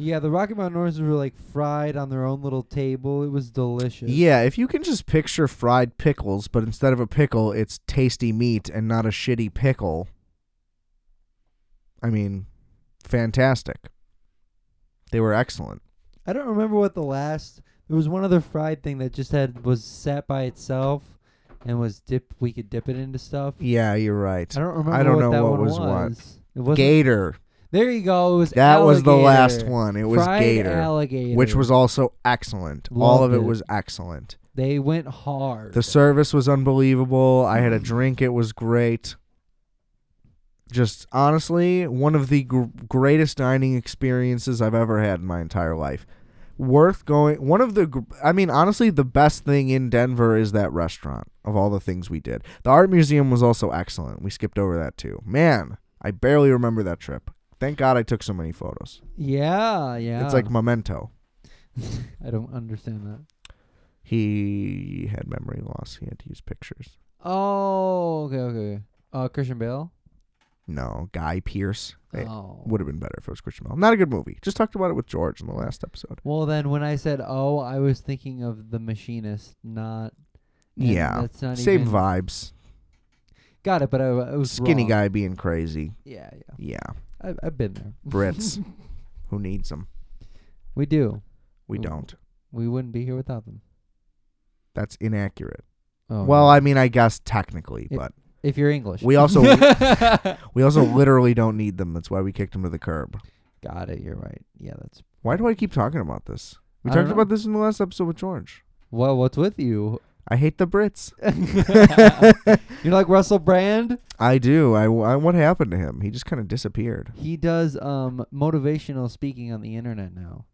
Yeah, the Rocky Mountain oysters were like fried on their own little table. It was delicious. Yeah, if you can just picture fried pickles, but instead of a pickle, it's tasty meat and not a shitty pickle. I mean, fantastic. They were excellent. I don't remember what the last. There was one other fried thing that just had was set by itself, and was dip. We could dip it into stuff. Yeah, you're right. I don't remember. don't what know that what one was what. It was Gator. There you go. It was That was the last alligator. one. It was Fried Gator, alligator, which was also excellent. All of Loved it it. was excellent. they went hard. The service was unbelievable. I had a drink. It was great. Just honestly, one of the gr- greatest dining experiences I've ever had in my entire life. Worth going. One of the, gr- I mean, honestly, the best thing in Denver is that restaurant of all the things we did. The art museum was also excellent. We skipped over that too. Man, I barely remember that trip. Thank God I took so many photos. yeah, yeah. It's like memento. I don't understand that. He had memory loss. He had to use pictures. Oh, okay, okay. Uh, Christian Bale. No, Guy Pierce. oh. Would have been better if it was Christian Bale. Not a good movie. Just talked about it with George in the last episode. Well, then when I said oh, I was thinking of the Machinist, not. and yeah, That's not same even, vibes. Got it, but I, I was Skinny wrong. guy being crazy. Yeah, yeah. Yeah, I, I've been there. Brits. Who needs them? We do. We Ooh. don't. We wouldn't be here without them. That's inaccurate. Oh, well, no. I mean, I guess technically, It- but if you're English, we also got we also literally don't need them. That's why we kicked them to the curb. it. You're right. Yeah, that's Why do I keep talking about this? We I don't talked know. about this in the last episode with George. well. What's with you? I hate the Brits. You're like Russell Brand. I do. I, I what happened to him? He just kind of disappeared. He does um motivational speaking on the internet now.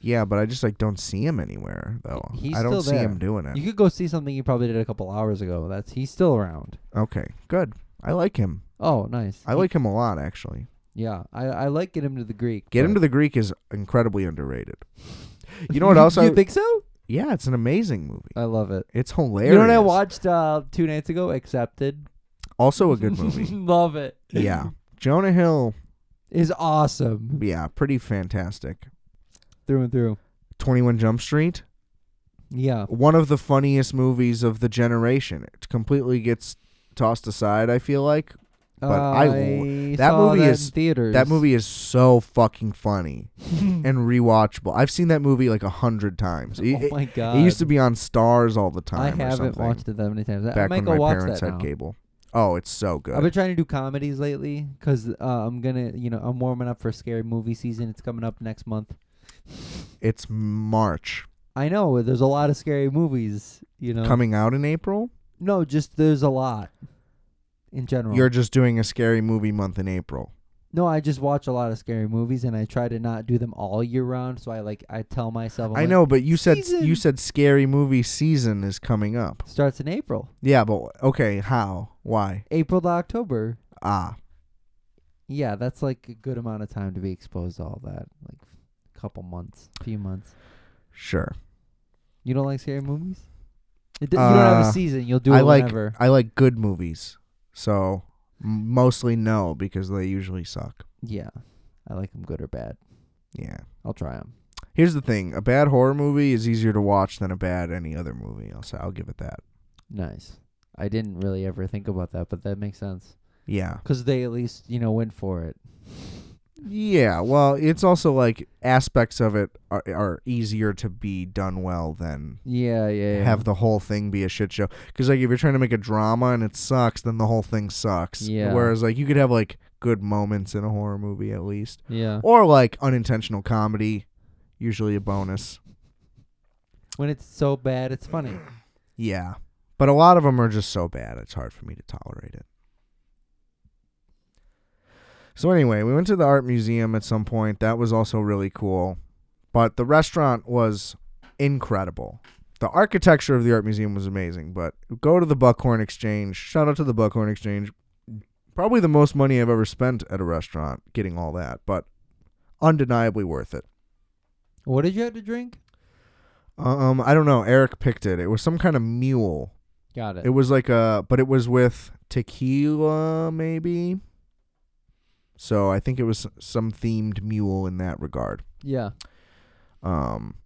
Yeah, but I just like don't see him anywhere though. he's I don't still see there. him doing it. You could go see something you probably did a couple hours ago. That's he's still around. Okay, good. I like him. Oh, nice. I He- like him a lot, actually. Yeah, I I like get him to the Greek. Get him to the Greek is incredibly underrated. You know what else? you I, think so? yeah, it's an amazing movie. I love it. It's hilarious. You know what I watched uh, two nights ago? Accepted. Also a good movie. love it. yeah, Jonah Hill. is awesome Yeah, pretty fantastic. through and through. Twenty One Jump Street, Yeah. Uh-huh. one of the funniest movies of the generation. It completely gets tossed aside. I feel like But Uh, I I that saw movie that is- in theaters. Oh that movie is so fucking funny and rewatchable. I've seen that movie like a hundred times. It, oh it- my god! it used to be on Stars all the I time. or haven't something, watched it that many times. I back might when go my watch parents that had now. cable. Oh, it's so good. I've been trying to do comedies lately because uh, I'm gonna, you know, I'm warming up for scary movie season. It's coming up next month. it's March I know there's a lot of scary movies. You know, coming out in April. no, just there's a lot in general. You're just doing a scary movie month in April. no, I just watch a lot of scary movies and I try to not do them all year round. So I like I tell myself I'm I like, know, but you said you season. said scary movie season is coming up. starts in April, Yeah, but okay, how? Why? April to October. Ah, Yeah, that's like a good amount of time to be exposed to all that, like a couple months, few months. sure. You don't like scary movies? It d- you don't have Uh, a season. You'll do I it like whenever. I like good movies. So m- mostly no because they usually suck. Yeah, I like them good or bad. Yeah. I'll try them. Here's the thing, a bad horror movie is easier to watch than a bad any other movie. I'll say I'll give it that. Nice. I didn't really ever think about that, but that makes sense. Yeah. 'Cause they at least you know went for it. Yeah, well, it's also like aspects of it are, are easier to be done well than Yeah, yeah. yeah. have the whole thing be a shit show. Because like if you're trying to make a drama and it sucks, then the whole thing sucks. Yeah. Whereas like you could have like good moments in a horror movie at least, yeah. or like unintentional comedy, usually a bonus. When it's so bad, it's funny. Yeah, but a lot of them are just so bad it's hard for me to tolerate it. So anyway, we went to the art museum at some point. That was also really cool, but the restaurant was incredible. The architecture of the art museum was amazing. But go to the Buckhorn Exchange. Shout out to the Buckhorn Exchange. Probably the most money I've ever spent at a restaurant getting all that, but undeniably worth it. What did you have to drink? Um, I don't know. Eric picked it. It was some kind of mule. Got it. It was like a, but it was with tequila, maybe. So I think it was some themed mule in that regard. yeah. Um,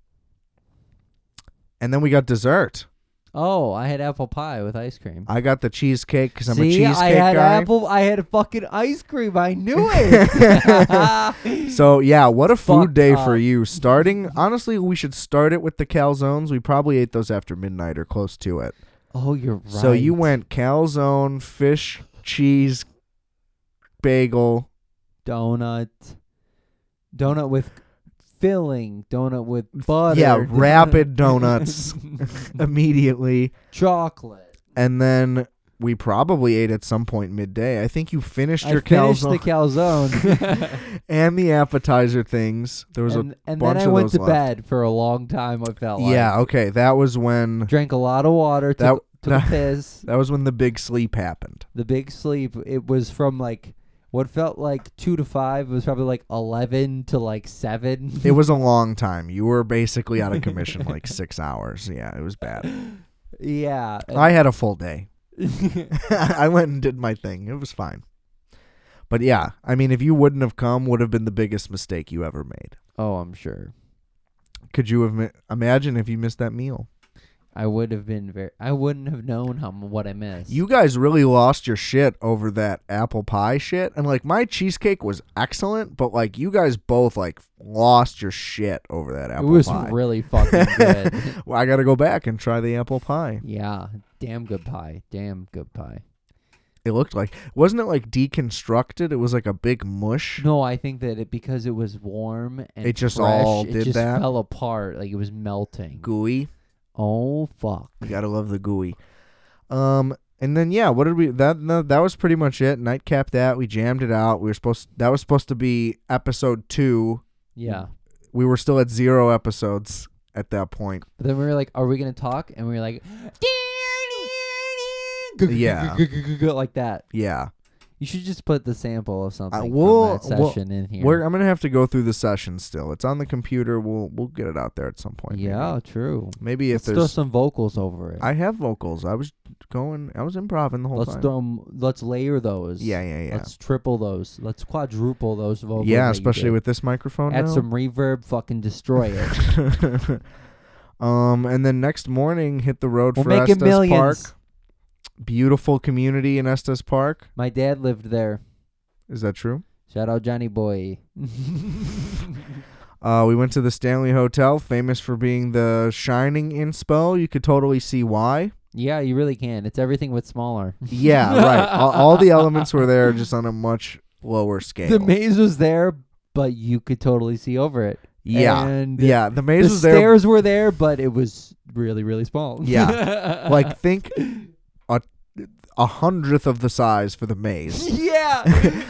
and then we got dessert. Oh, I had apple pie with ice cream. I got the cheesecake because I'm a See, cheesecake I had guy. apple. I had fucking ice cream. I knew it. So yeah, what a food Fuck day for up. you. Starting honestly, we should start it with the calzones. We probably ate those after midnight or close to it. oh, you're right. So you went calzone, fish, cheese, bagel, donut, donut with filling, donut with butter. yeah, rapid donuts immediately. chocolate. And then we probably ate at some point midday. I think you finished I your finished calzone the calzone. and the appetizer things. There was and, and then bunch I of went those to left. bed for a long time. I a felt like. Yeah, okay. That was when drank a lot of water. That- Took, took that- a piss. that was when the big sleep happened. The big sleep. It was from like what felt like two to five. It was probably like eleven to like seven. It was a long time. You were basically out of commission like 6 hours. Yeah, it was bad. yeah. I had a full day. I went and did my thing. It was fine. But yeah, I mean if you wouldn't have come would have been the biggest mistake you ever made. oh, I'm sure. Could you have mi- imagine if you missed that meal? I would have been very. I wouldn't have known how m- what I missed. You guys really lost your shit over that apple pie shit, and like my cheesecake was excellent, but like you guys both like lost your shit over that It apple was pie. really fucking good. well, I gotta go back and try the apple pie. yeah, damn good pie. Damn good pie. It looked like wasn't it like deconstructed? It was like a big mush. No, I think that it because it was warm and It just fresh, all it did just that? Fell apart like it was melting. Gooey. Oh fuck. You gotta love the gooey. Um, and then yeah, what did we? That no, that was pretty much it. Nightcap that we jammed it out. We were supposed that was supposed to be episode two. Yeah. we were still at zero episodes at that point. But then we were like, "Are we gonna talk?" And we were like, Yeah. like that. Yeah, You should just put the sample of something we'll- from that we'll- session in here. we're I'm gonna have to go through the session still. It's on the computer. We'll we'll get it out there at some point. maybe. yeah, true. Maybe if Let's throw there's some vocals over it. I have vocals. I was going. I was improvising the whole let's time. throw 'em- let's layer those. yeah, yeah, yeah. Let's triple those. Let's quadruple those vocals. yeah, that you especially did. with this microphone. add now. some reverb, fucking destroy it. um, and then next morning hit the road we'll for make it Estes Park. millions. Beautiful community in Estes Park. My dad lived there. Is that true? Shout out Johnny Boy. Uh, we went to the Stanley Hotel, famous for being the Shining inspo. You could totally see why. yeah, you really can. It's everything with smaller. Yeah, right. all, all the elements were there, just on a much lower scale. The maze was there, but you could totally see over it. yeah, And yeah. The maze the was there. stairs were there, but it was really, really small. Yeah. Like think a a hundredth of the size for the maze. yeah.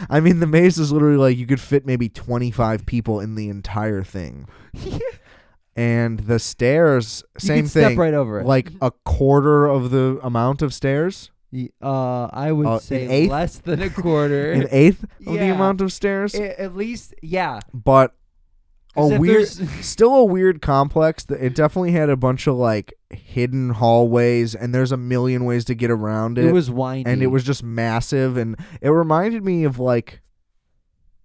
I mean, the maze is literally like you could fit maybe twenty five people in the entire thing, and the stairs, you same could thing. Step right over it. like a quarter of the amount of stairs, Y- uh, I would Uh, an say eighth? less than a quarter. an eighth of the Yeah. amount of stairs. A- at least, yeah. but 'Cause a if weird, there's- still a weird complex. That it definitely had a bunch of like hidden hallways, and there's a million ways to get around it. It was windy, and it was just massive, and it reminded me of like,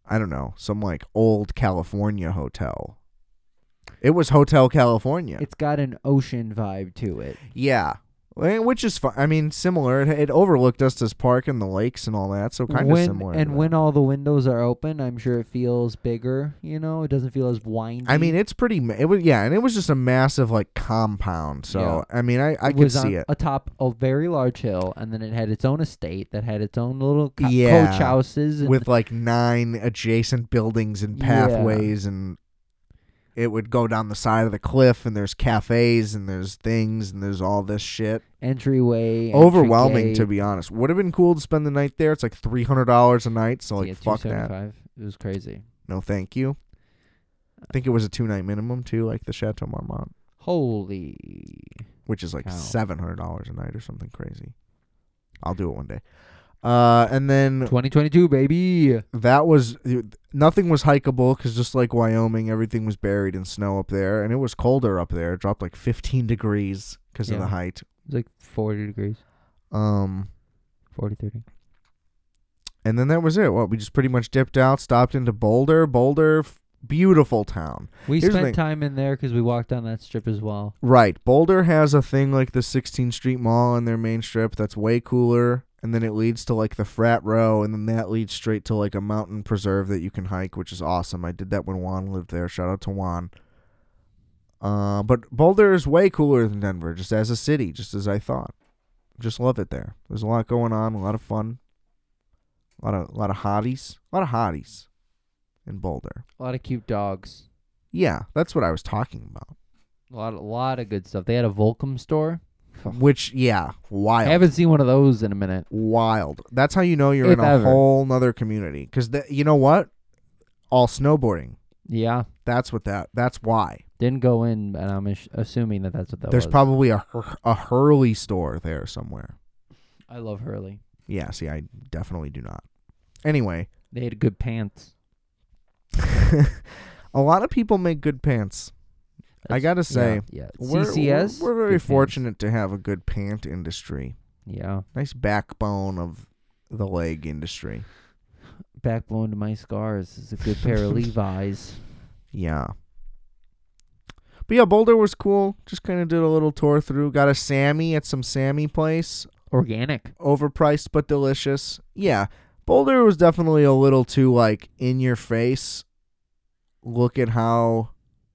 I don't know, some like old California hotel. It was Hotel California. It's got an ocean vibe to it. yeah. Eh, Which is fun. I mean, similar. It, it overlooked Estes Park and the lakes and all that, so kind of when, similar. to And that. when all the windows are open, I'm sure it feels bigger. You know, it doesn't feel as windy. I mean, it's pretty. ma- It was yeah, and it was just a massive like compound. So I mean, I I could was on, see it. atop a very large hill, and then it had its own estate that had its own little co- Yeah. coach houses. And with like nine adjacent buildings and Yeah. pathways and it would go down the side of the cliff and there's cafes and there's things and there's all this shit entryway. overwhelming entry to be honest would have been cool to spend the night there it's like $300 a night so gate. like Yeah, fuck that 275. It was crazy. no thank you i think it was a two night minimum too like the chateau marmont Holy. which is like Wow. $700 a night or something crazy i'll do it one day uh, and then 2022, baby. that was nothing was hikeable because just like Wyoming, everything was buried in snow up there, and it was colder up there. It dropped like 15 degrees because of Yeah. the height. It's like 40 degrees, Um, 40, 30. and then that was it. Well, we just pretty much dipped out, stopped into Boulder. Boulder, f- beautiful town. We Here's the thing. spent time in there because we walked down that strip as well. Right, Boulder has a thing like the 16th Street Mall in their main strip that's way cooler. And then it leads to like the frat row, and then that leads straight to like a mountain preserve that you can hike, which is awesome. I did that when Juan lived there. Shout out to Juan. Uh, but Boulder is way cooler than Denver, just as a city, just as I thought. Just love it there. There's a lot going on, a lot of fun, a lot of a lot of hotties, a lot of hotties in Boulder. A lot of cute dogs. Yeah, that's what I was talking about. A lot, a lot of good stuff. They had a Volcom store. Which, yeah, I wild. haven't seen one of those in a minute. wild. That's how you know you're If in a ever. whole nother community. Because you know what? All snowboarding. Yeah, That's what that. That's why didn't go in, and I'm ass- assuming that that's what that there's was. probably a Hur- a Hurley store there somewhere. I love Hurley. Yeah. See, I definitely do not. Anyway, They had good pants. a lot of people make good pants. I That's- gotta say, yeah, yeah. we're- CCS. We're, very good pants. fortunate to have a good pant industry. Yeah, Nice backbone of the leg industry. back blown to my scars is a good pair of Levi's. Yeah. But yeah, Boulder was cool. Just kind of did a little tour through. Got a Sammy at some Sammy place. Organic. Overpriced but delicious. Yeah. Boulder was definitely a little too like in your face. Look at how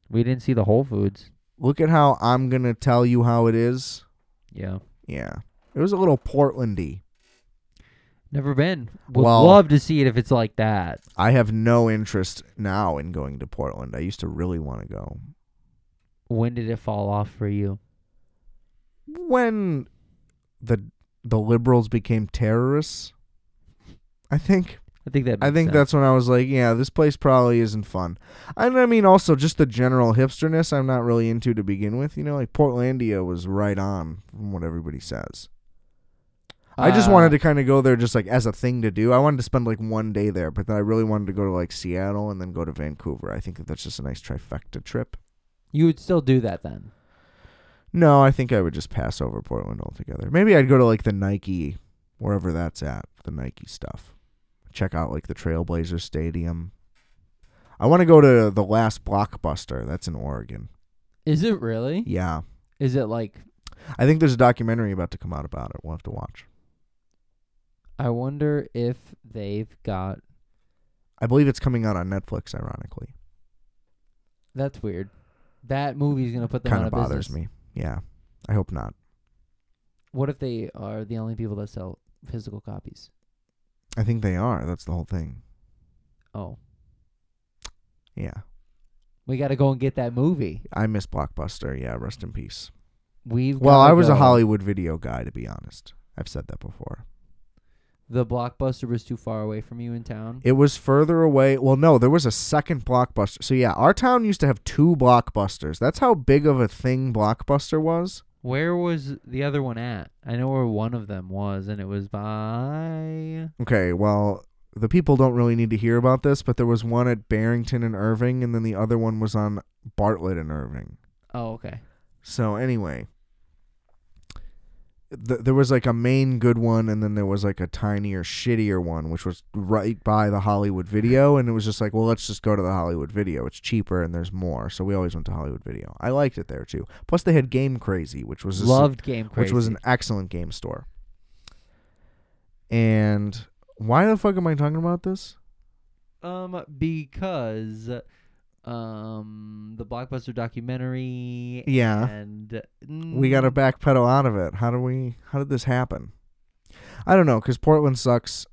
We didn't see the Whole Foods. look at how I'm going to tell you how it is. Yeah, Yeah. It was a little Portlandy. never been. Would Well- love to see it if it's like that. I have no interest now in going to Portland. I used to really want to go. When did it fall off for you? when the the liberals became terrorists i think I think that. i makes think sense. that's when i was like yeah this place probably isn't fun and i mean also just the general hipsterness i'm not really into to begin with you know like portlandia was right on from what everybody says i just Uh, wanted to kind of go there just like as a thing to do i wanted to spend like one day there but then i really wanted to go to like seattle and then go to vancouver i think that that's just a nice trifecta trip You would still do that then. No, I think I would just pass over Portland altogether. Maybe I'd go to like the Nike, wherever that's at, the Nike stuff. Check out like the Trailblazer Stadium. I want to go to the last blockbuster. That's in Oregon. Is it really? Yeah. Is it like I think there's a documentary about to come out about it. We'll have to watch. I wonder if they've got. I believe it's coming out on Netflix. Ironically, That's weird. That movie's gonna put them kind of out of bothers me. business. Yeah, I hope not. What if they are the only people that sell physical copies? I think they are. That's the whole thing. Oh, Yeah, we gotta go and get that movie. I miss Blockbuster. Yeah, rest in peace. We've Well, gotta I was a go. Hollywood video guy, to be honest. I've said that before. The blockbuster was too far away from you in town. It was further away. Well, no, there was a second blockbuster. So yeah, our town used to have two blockbusters. That's how big of a thing blockbuster was. Where was the other one at? I know where one of them was, and it was by. Okay, well, the people don't really need to hear about this, but there was one at Barrington and Irving, and then the other one was on Bartlett and Irving. Oh, okay. So anyway, th- there was like a main good one, and then there was like a tinier, shittier one, which was right by the Hollywood Video, and it was just like, well, let's just go to the Hollywood Video. It's cheaper and there's more, so we always went to Hollywood Video. I liked it there too. Plus, they had Game Crazy, which was just Loved Game Crazy. which was an excellent game store. And why the fuck am I talking about this? Um, because um the blockbuster documentary. Yeah. And mm, we got to backpedal out of it. How do we? How did this happen? I don't know, cause Portland sucks.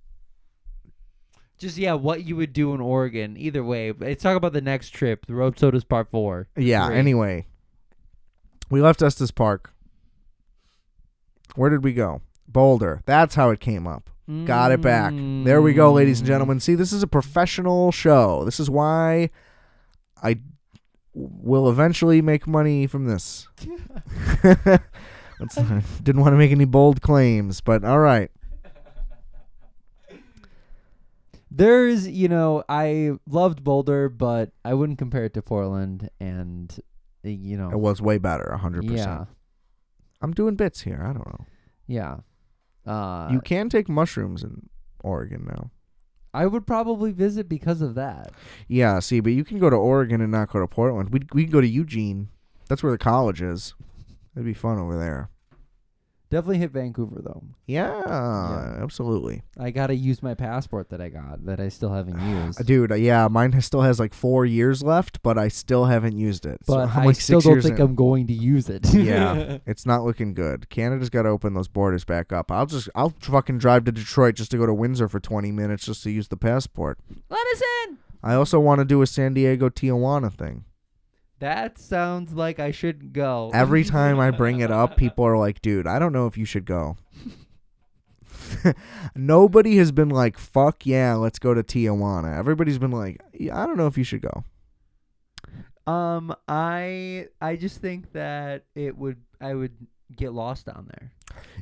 just yeah, what you would do in Oregon. Either way, but let's talk about the next trip, the Rope Sodas Part Four. Yeah. Three. Anyway, we left Estes Park. Where did we go? Boulder. That's how it came up. Got it back. There we go, ladies and Mm. gentlemen. See, this is a professional show. This is why I will eventually make money from this. That's- didn't want to make any bold claims, but all right. There's, you know, I loved Boulder, but I wouldn't compare it to Portland, and uh, you It know, was way better, 100%. yeah, I'm doing bits here. I don't know. yeah. Uh, you can take mushrooms in Oregon now. I would probably visit because of that. Yeah, see, but you can go to Oregon and not go to Portland. We we can go to Eugene. That's where the college is. It'd be fun over there. Definitely hit Vancouver though. Yeah, absolutely. I gotta use my passport that I got that I still haven't used. Dude, uh, yeah, mine has, still has like four years left, but I still haven't used it. So but I'm I like still six don't years think in. I'm going to use it. yeah, it's not looking good. Canada's got to open those borders back up. I'll just, I'll fucking drive to Detroit just to go to Windsor for 20 minutes just to use the passport. Let us in. I also want to do a San Diego Tijuana thing. That sounds like I should go. Every time I bring it up, people are like, dude, I don't know if you should go. Nobody has been like, fuck yeah, let's go to Tijuana. Everybody's been like, yeah, I don't know if you should go. Um, I I just think that it would I would get lost down there.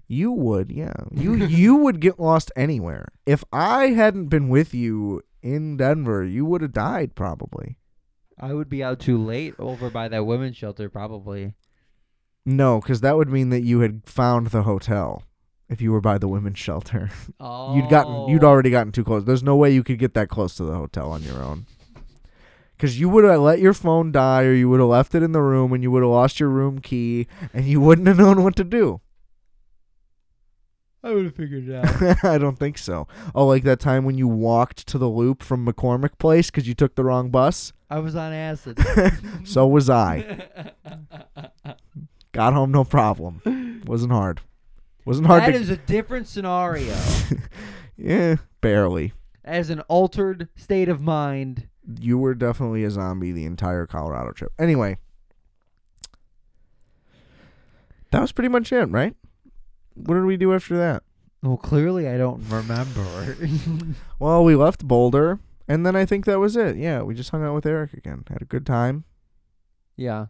You would, yeah. You you would get lost anywhere. If I hadn't been with you in Denver, you would have died probably. I would be out too late over by that women's shelter probably. No, because that would mean that you had found the hotel if you were by the women's shelter. Oh, You'd gotten you'd already gotten too close. There's no way you could get that close to the hotel on your own. Cause you would have let your phone die, or you would have left it in the room, and you would have lost your room key, and you wouldn't have known what to do. I would have figured it out. I don't think so. Oh, like that time when you walked to the loop from McCormick Place because you took the wrong bus. I was on acid. So was I. Got home no problem. Wasn't hard. Wasn't hard That to. is a different scenario. yeah, barely. As an altered state of mind. You were definitely a zombie the entire Colorado trip. Anyway, that was pretty much it, right? What did we do after that? Well, clearly I don't remember. Well, we left Boulder, and then I think that was it. Yeah, we just hung out with Eric again. Had a good time. yeah.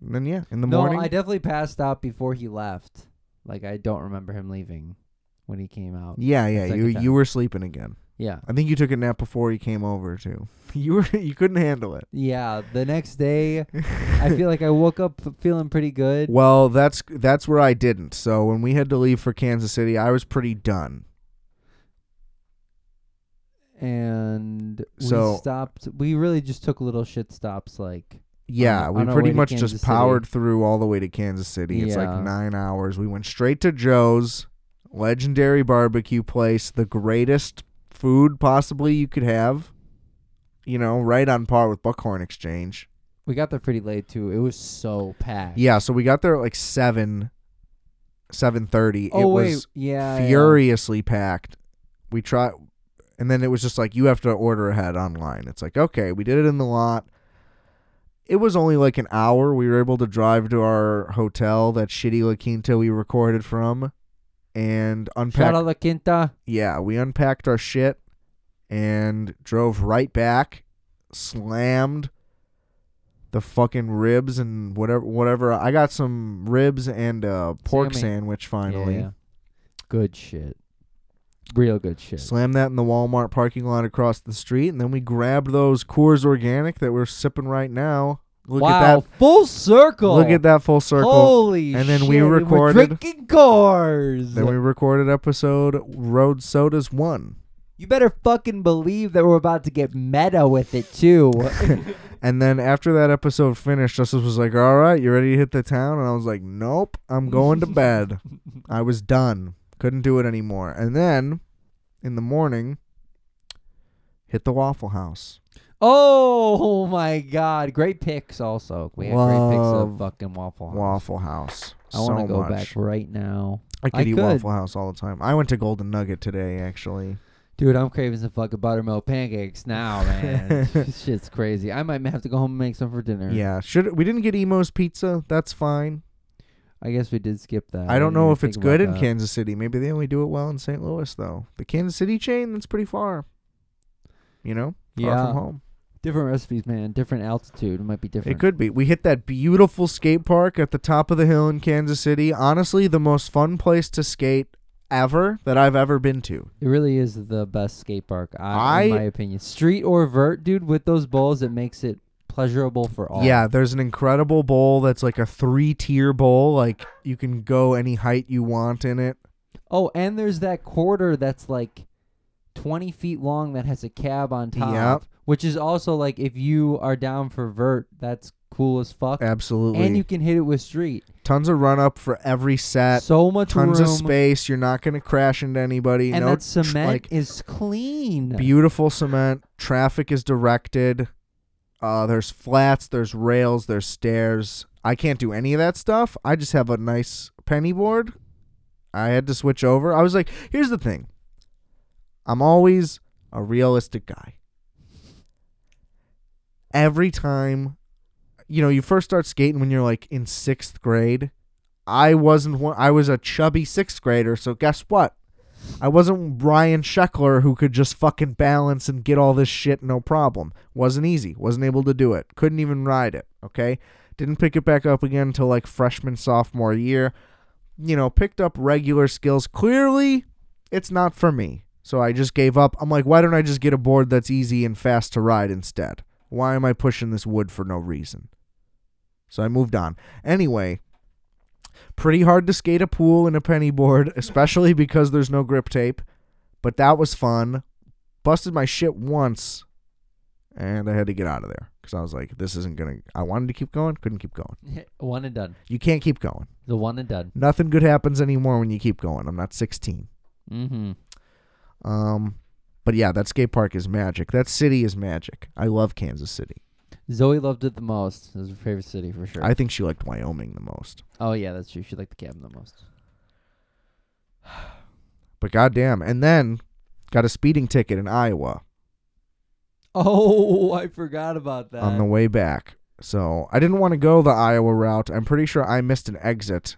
And then, yeah, in the no, morning. I definitely passed out before he left. Like I don't remember him leaving when he came out. yeah, yeah, Second you time. you were sleeping again. Yeah. I think you took a nap before he came over too. You were you couldn't handle it. Yeah, the next day I feel like I woke up feeling pretty good. Well, that's that's where I didn't. So when we had to leave for Kansas City, I was pretty done. and So- we stopped. We really just took little shit stops. Like Yeah, On- we on our pretty way to much Kansas just City. powered through all the way to Kansas City. It's Yeah. like nine hours. We went straight to Joe's. legendary barbecue place, the greatest food possibly you could have. You know, right on par with Buckhorn Exchange. We got there pretty late too. It was so packed. Yeah, so we got there at like seven, seven thirty. Oh it wait, was yeah. yeah. furiously packed. We try, and then it was just like you have to order ahead online. It's like okay, we did it in the lot. It was only like an hour. We were able to drive to our hotel, that shitty La Quinta we recorded from, and unpack. Shout out La Quinta. Yeah, we unpacked our shit and drove right back, slammed the fucking ribs and whatever whatever. I got some ribs and a pork Sammy. sandwich finally. Yeah. Good shit. Real good shit. Slammed that in the Walmart parking lot across the street and then we grabbed those Coors Organic that we're sipping right now. Look wow, at that full circle. look at that full circle. Holy And then shit, we were recorded- drinking cars. Then we recorded episode Road Sodas 1. you better fucking believe that we're about to get meta with it too. And then after that episode finished, Justice was like, "All right, you ready to hit the town?" And I was like, "Nope, I'm going to bed. I was done. Couldn't do it anymore." And then in the morning, hit the Waffle House. oh my god. Great picks also. We had great picks of Love fucking Waffle House. Waffle House. I want so to go much. back right now. I could I eat could. Waffle House all the time. I went to Golden Nugget today, actually. Dude, I'm craving some fucking buttermilk pancakes now, man. This Shit's crazy. I might have to go home and make some for dinner. Yeah, should we didn't get Emo's Pizza? That's fine. I guess we did skip that. I don't didn't even know if it's think good about in that. Kansas City. Maybe they only do it well in St. Louis, though. The Kansas City chain, that's pretty far. You know, far Yeah. from home. Different recipes, man. Different altitude. It might be different. It could be. We hit that beautiful skate park at the top of the hill in Kansas City. Honestly, the most fun place to skate ever that I've ever been to. It really is the best skate park, I, in I- my opinion. Street or vert, dude, with those bowls, it makes it pleasurable for all. Yeah, there's an incredible bowl that's like a three-tier bowl. Like you can go any height you want in it. Oh, and there's that quarter that's like 20 feet long that has a cab on top, Yep. which is also like if you are down for vert, that's cool as fuck. Absolutely. And you can hit it with street. tons of run up for every set. so much tons room. of space. You're not gonna crash into anybody. And no that tr- cement like, is clean. beautiful cement. Traffic is directed. Uh, there's flats, there's rails, there's stairs. I can't do any of that stuff. I just have a nice penny board. I had to switch over. I was like, here's the thing. I'm always a realistic guy. Every time, you know, you first start skating when you're like in sixth grade. I wasn't one. I was a chubby sixth grader. So guess what? I wasn't Brian Scheckler who could just fucking balance and get all this shit no problem. Wasn't easy. Wasn't able to do it. Couldn't even ride it. Okay. Didn't pick it back up again until like freshman, sophomore year. You know, picked up regular skills. Clearly, it's not for me. So I just gave up. I'm like, why don't I just get a board that's easy and fast to ride instead? Why am I pushing this wood for no reason? So I moved on. Anyway, pretty hard to skate a pool in a penny board, especially because there's no grip tape. But that was fun. Busted my shit once, and I had to get out of there because I was like, this isn't going to. I wanted to keep going, couldn't keep going. one and done. You can't keep going. The one and done. Nothing good happens anymore when you keep going. I'm not 16. Mm-hmm. Um, but yeah, that skate park is magic. That city is magic. I love Kansas City. Zoe loved it the most. It was her favorite city for sure. I think she liked Wyoming the most. oh yeah, that's true. She liked the cabin the most. But goddamn, and then got a speeding ticket in Iowa. Oh, I forgot about that. on the way back. So I didn't want to go the Iowa route. I'm pretty sure I missed an exit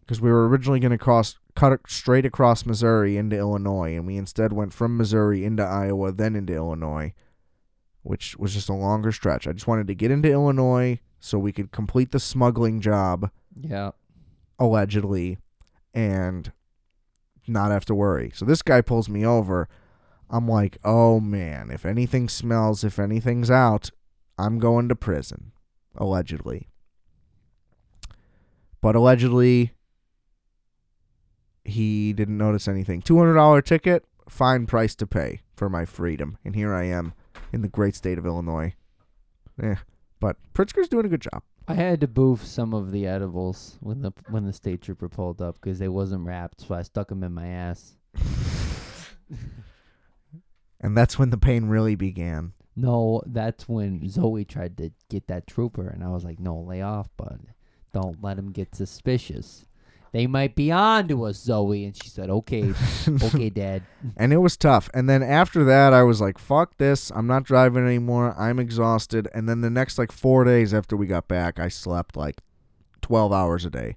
because we were originally going to cross cut ac- straight across Missouri into Illinois, and we instead went from Missouri into Iowa, then into Illinois, which was just a longer stretch. I just wanted to get into Illinois so we could complete the smuggling job yeah. allegedly and not have to worry. So this guy pulls me over. I'm like, oh man, if anything smells, if anything's out, I'm going to prison, allegedly. But allegedly, he didn't notice anything. $200 ticket, fine price to pay for my freedom. And here I am in the great state of Illinois. Yeah, but Eh, Pritzker's doing a good job. I had to boof some of the edibles when the when the state trooper pulled up because they wasn't wrapped, so I stuck them in my ass. And that's when the pain really began. No, that's when Zoe tried to get that trooper, and I was like, "No, lay off, bud. Don't let him get suspicious. They might be on to us, Zoe." And she said, "Okay, okay, Dad." And it was tough. And then after that, I was like, fuck this. I'm not driving anymore. I'm exhausted. And then the next like four days after we got back, I slept like 12 hours a day.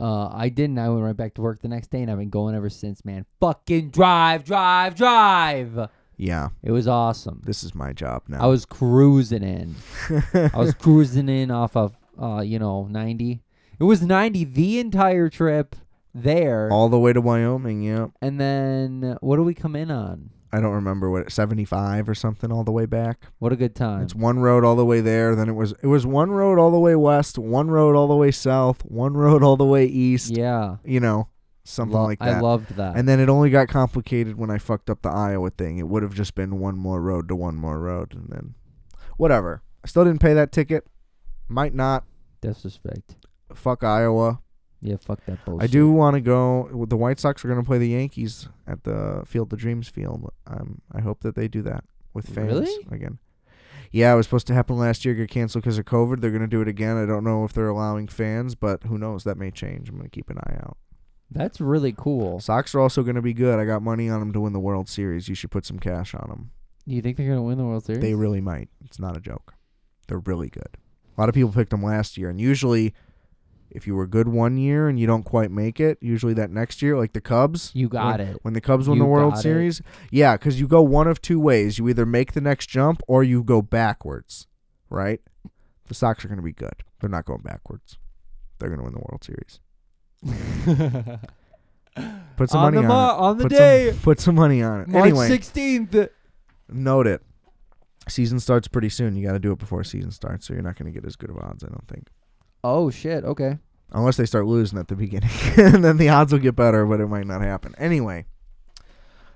Uh, I didn't. I went right back to work the next day, and I've been going ever since, man. Fucking drive, drive, drive. Yeah, It was awesome. this is my job now. I was cruising in. I was cruising in off of uh, you know, 90. It was 90 the entire trip there. All the way to Wyoming, yeah. and then what do we come in on? I don't remember what 75 or something all the way back. What a good time. It's one road all the way there, then it was it was one road all the way west, one road all the way south, one road all the way east, yeah. you know, something Lo- like that. I loved that. And then it only got complicated when I fucked up the Iowa thing. It would have just been one more road to one more road, and then whatever. I still didn't pay that ticket. Might not. Disrespect. Fuck Iowa. Yeah, fuck that bullshit. I do want to go. The White Sox are going to play the Yankees at the Field of Dreams Field. Um, I hope that they do that with fans Really? again. Yeah, it was supposed to happen last year. Got canceled because of COVID. They're going to do it again. I don't know if they're allowing fans, but who knows? That may change. I'm going to keep an eye out. That's really cool. Sox are also going to be good. I got money on them to win the World Series. You should put some cash on them. Do you think they're gonna win the World Series? They really might. It's not a joke. They're really good. A lot of people picked them last year, and usually, if you were good one year and you don't quite make it, usually that next year, like the Cubs, you got it. when the Cubs won You the World got it. Series, yeah, because you go one of two ways: you either make the next jump or you go backwards, right? The Sox are going to be good. They're not going backwards. They're going to win the World Series. Put some on money the on mo- on it. the put, day, Some, put some money on it. March anyway, 16th. note it. Season starts pretty soon. You got to do it before season starts, so you're not going to get as good of odds, I don't think. Oh shit. Okay. Unless they start losing at the beginning, and then the odds will get better, but it might not happen. Anyway,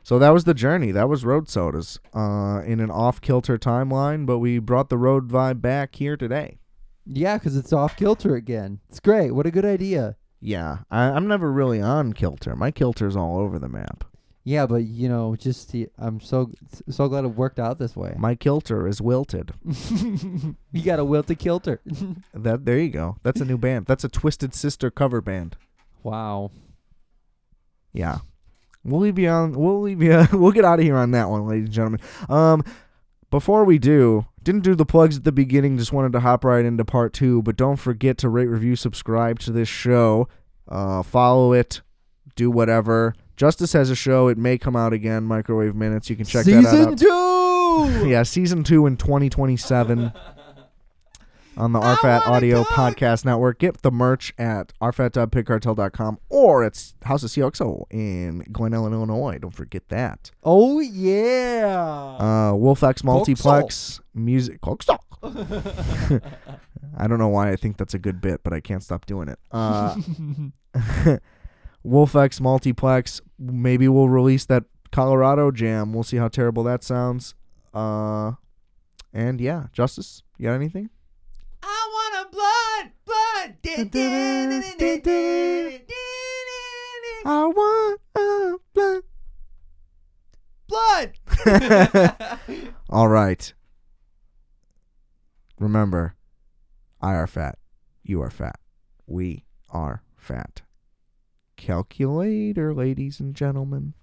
so that was the journey. That was road sodas uh, in an off kilter timeline, but we brought the road vibe back here today. Yeah, because it's off kilter again. It's great. What a good idea. Yeah, I, I'm never really on kilter. My kilter's all over the map. Yeah, but you know, just the, I'm so so glad it worked out this way. My kilter is wilted. you got a wilt a kilter. That there you go. That's a new band. That's a Twisted Sister cover band. wow. Yeah. We'll leave you on. We'll leave you. We'll get out of here on that one, ladies and gentlemen. Um, before we do, didn't do the plugs at the beginning. Just wanted to hop right into part two. But don't forget to rate, review, subscribe to this show. Uh, follow it. Do whatever. Justice has a show. It may come out again. Microwave minutes. You can check Season that out. two. Yeah, season two in 2027 on the RFAT Audio Podcast Network. Get the merch at rfat.pigcartel.com or it's House of CXO in Glen Ellen, Illinois. Don't forget that. Oh yeah. Uh, WolfX Multiplex Music. Cookstock. I don't know why I think that's a good bit, but I can't stop doing it. Uh, WolfX Multiplex. Maybe we'll release that Colorado jam. We'll see how terrible that sounds. Uh, and yeah, Justice, you got anything? I want a blood, blood, I want a blood. blood. All right. Remember, I are fat. You are fat. We are fat. Calculator, ladies and gentlemen.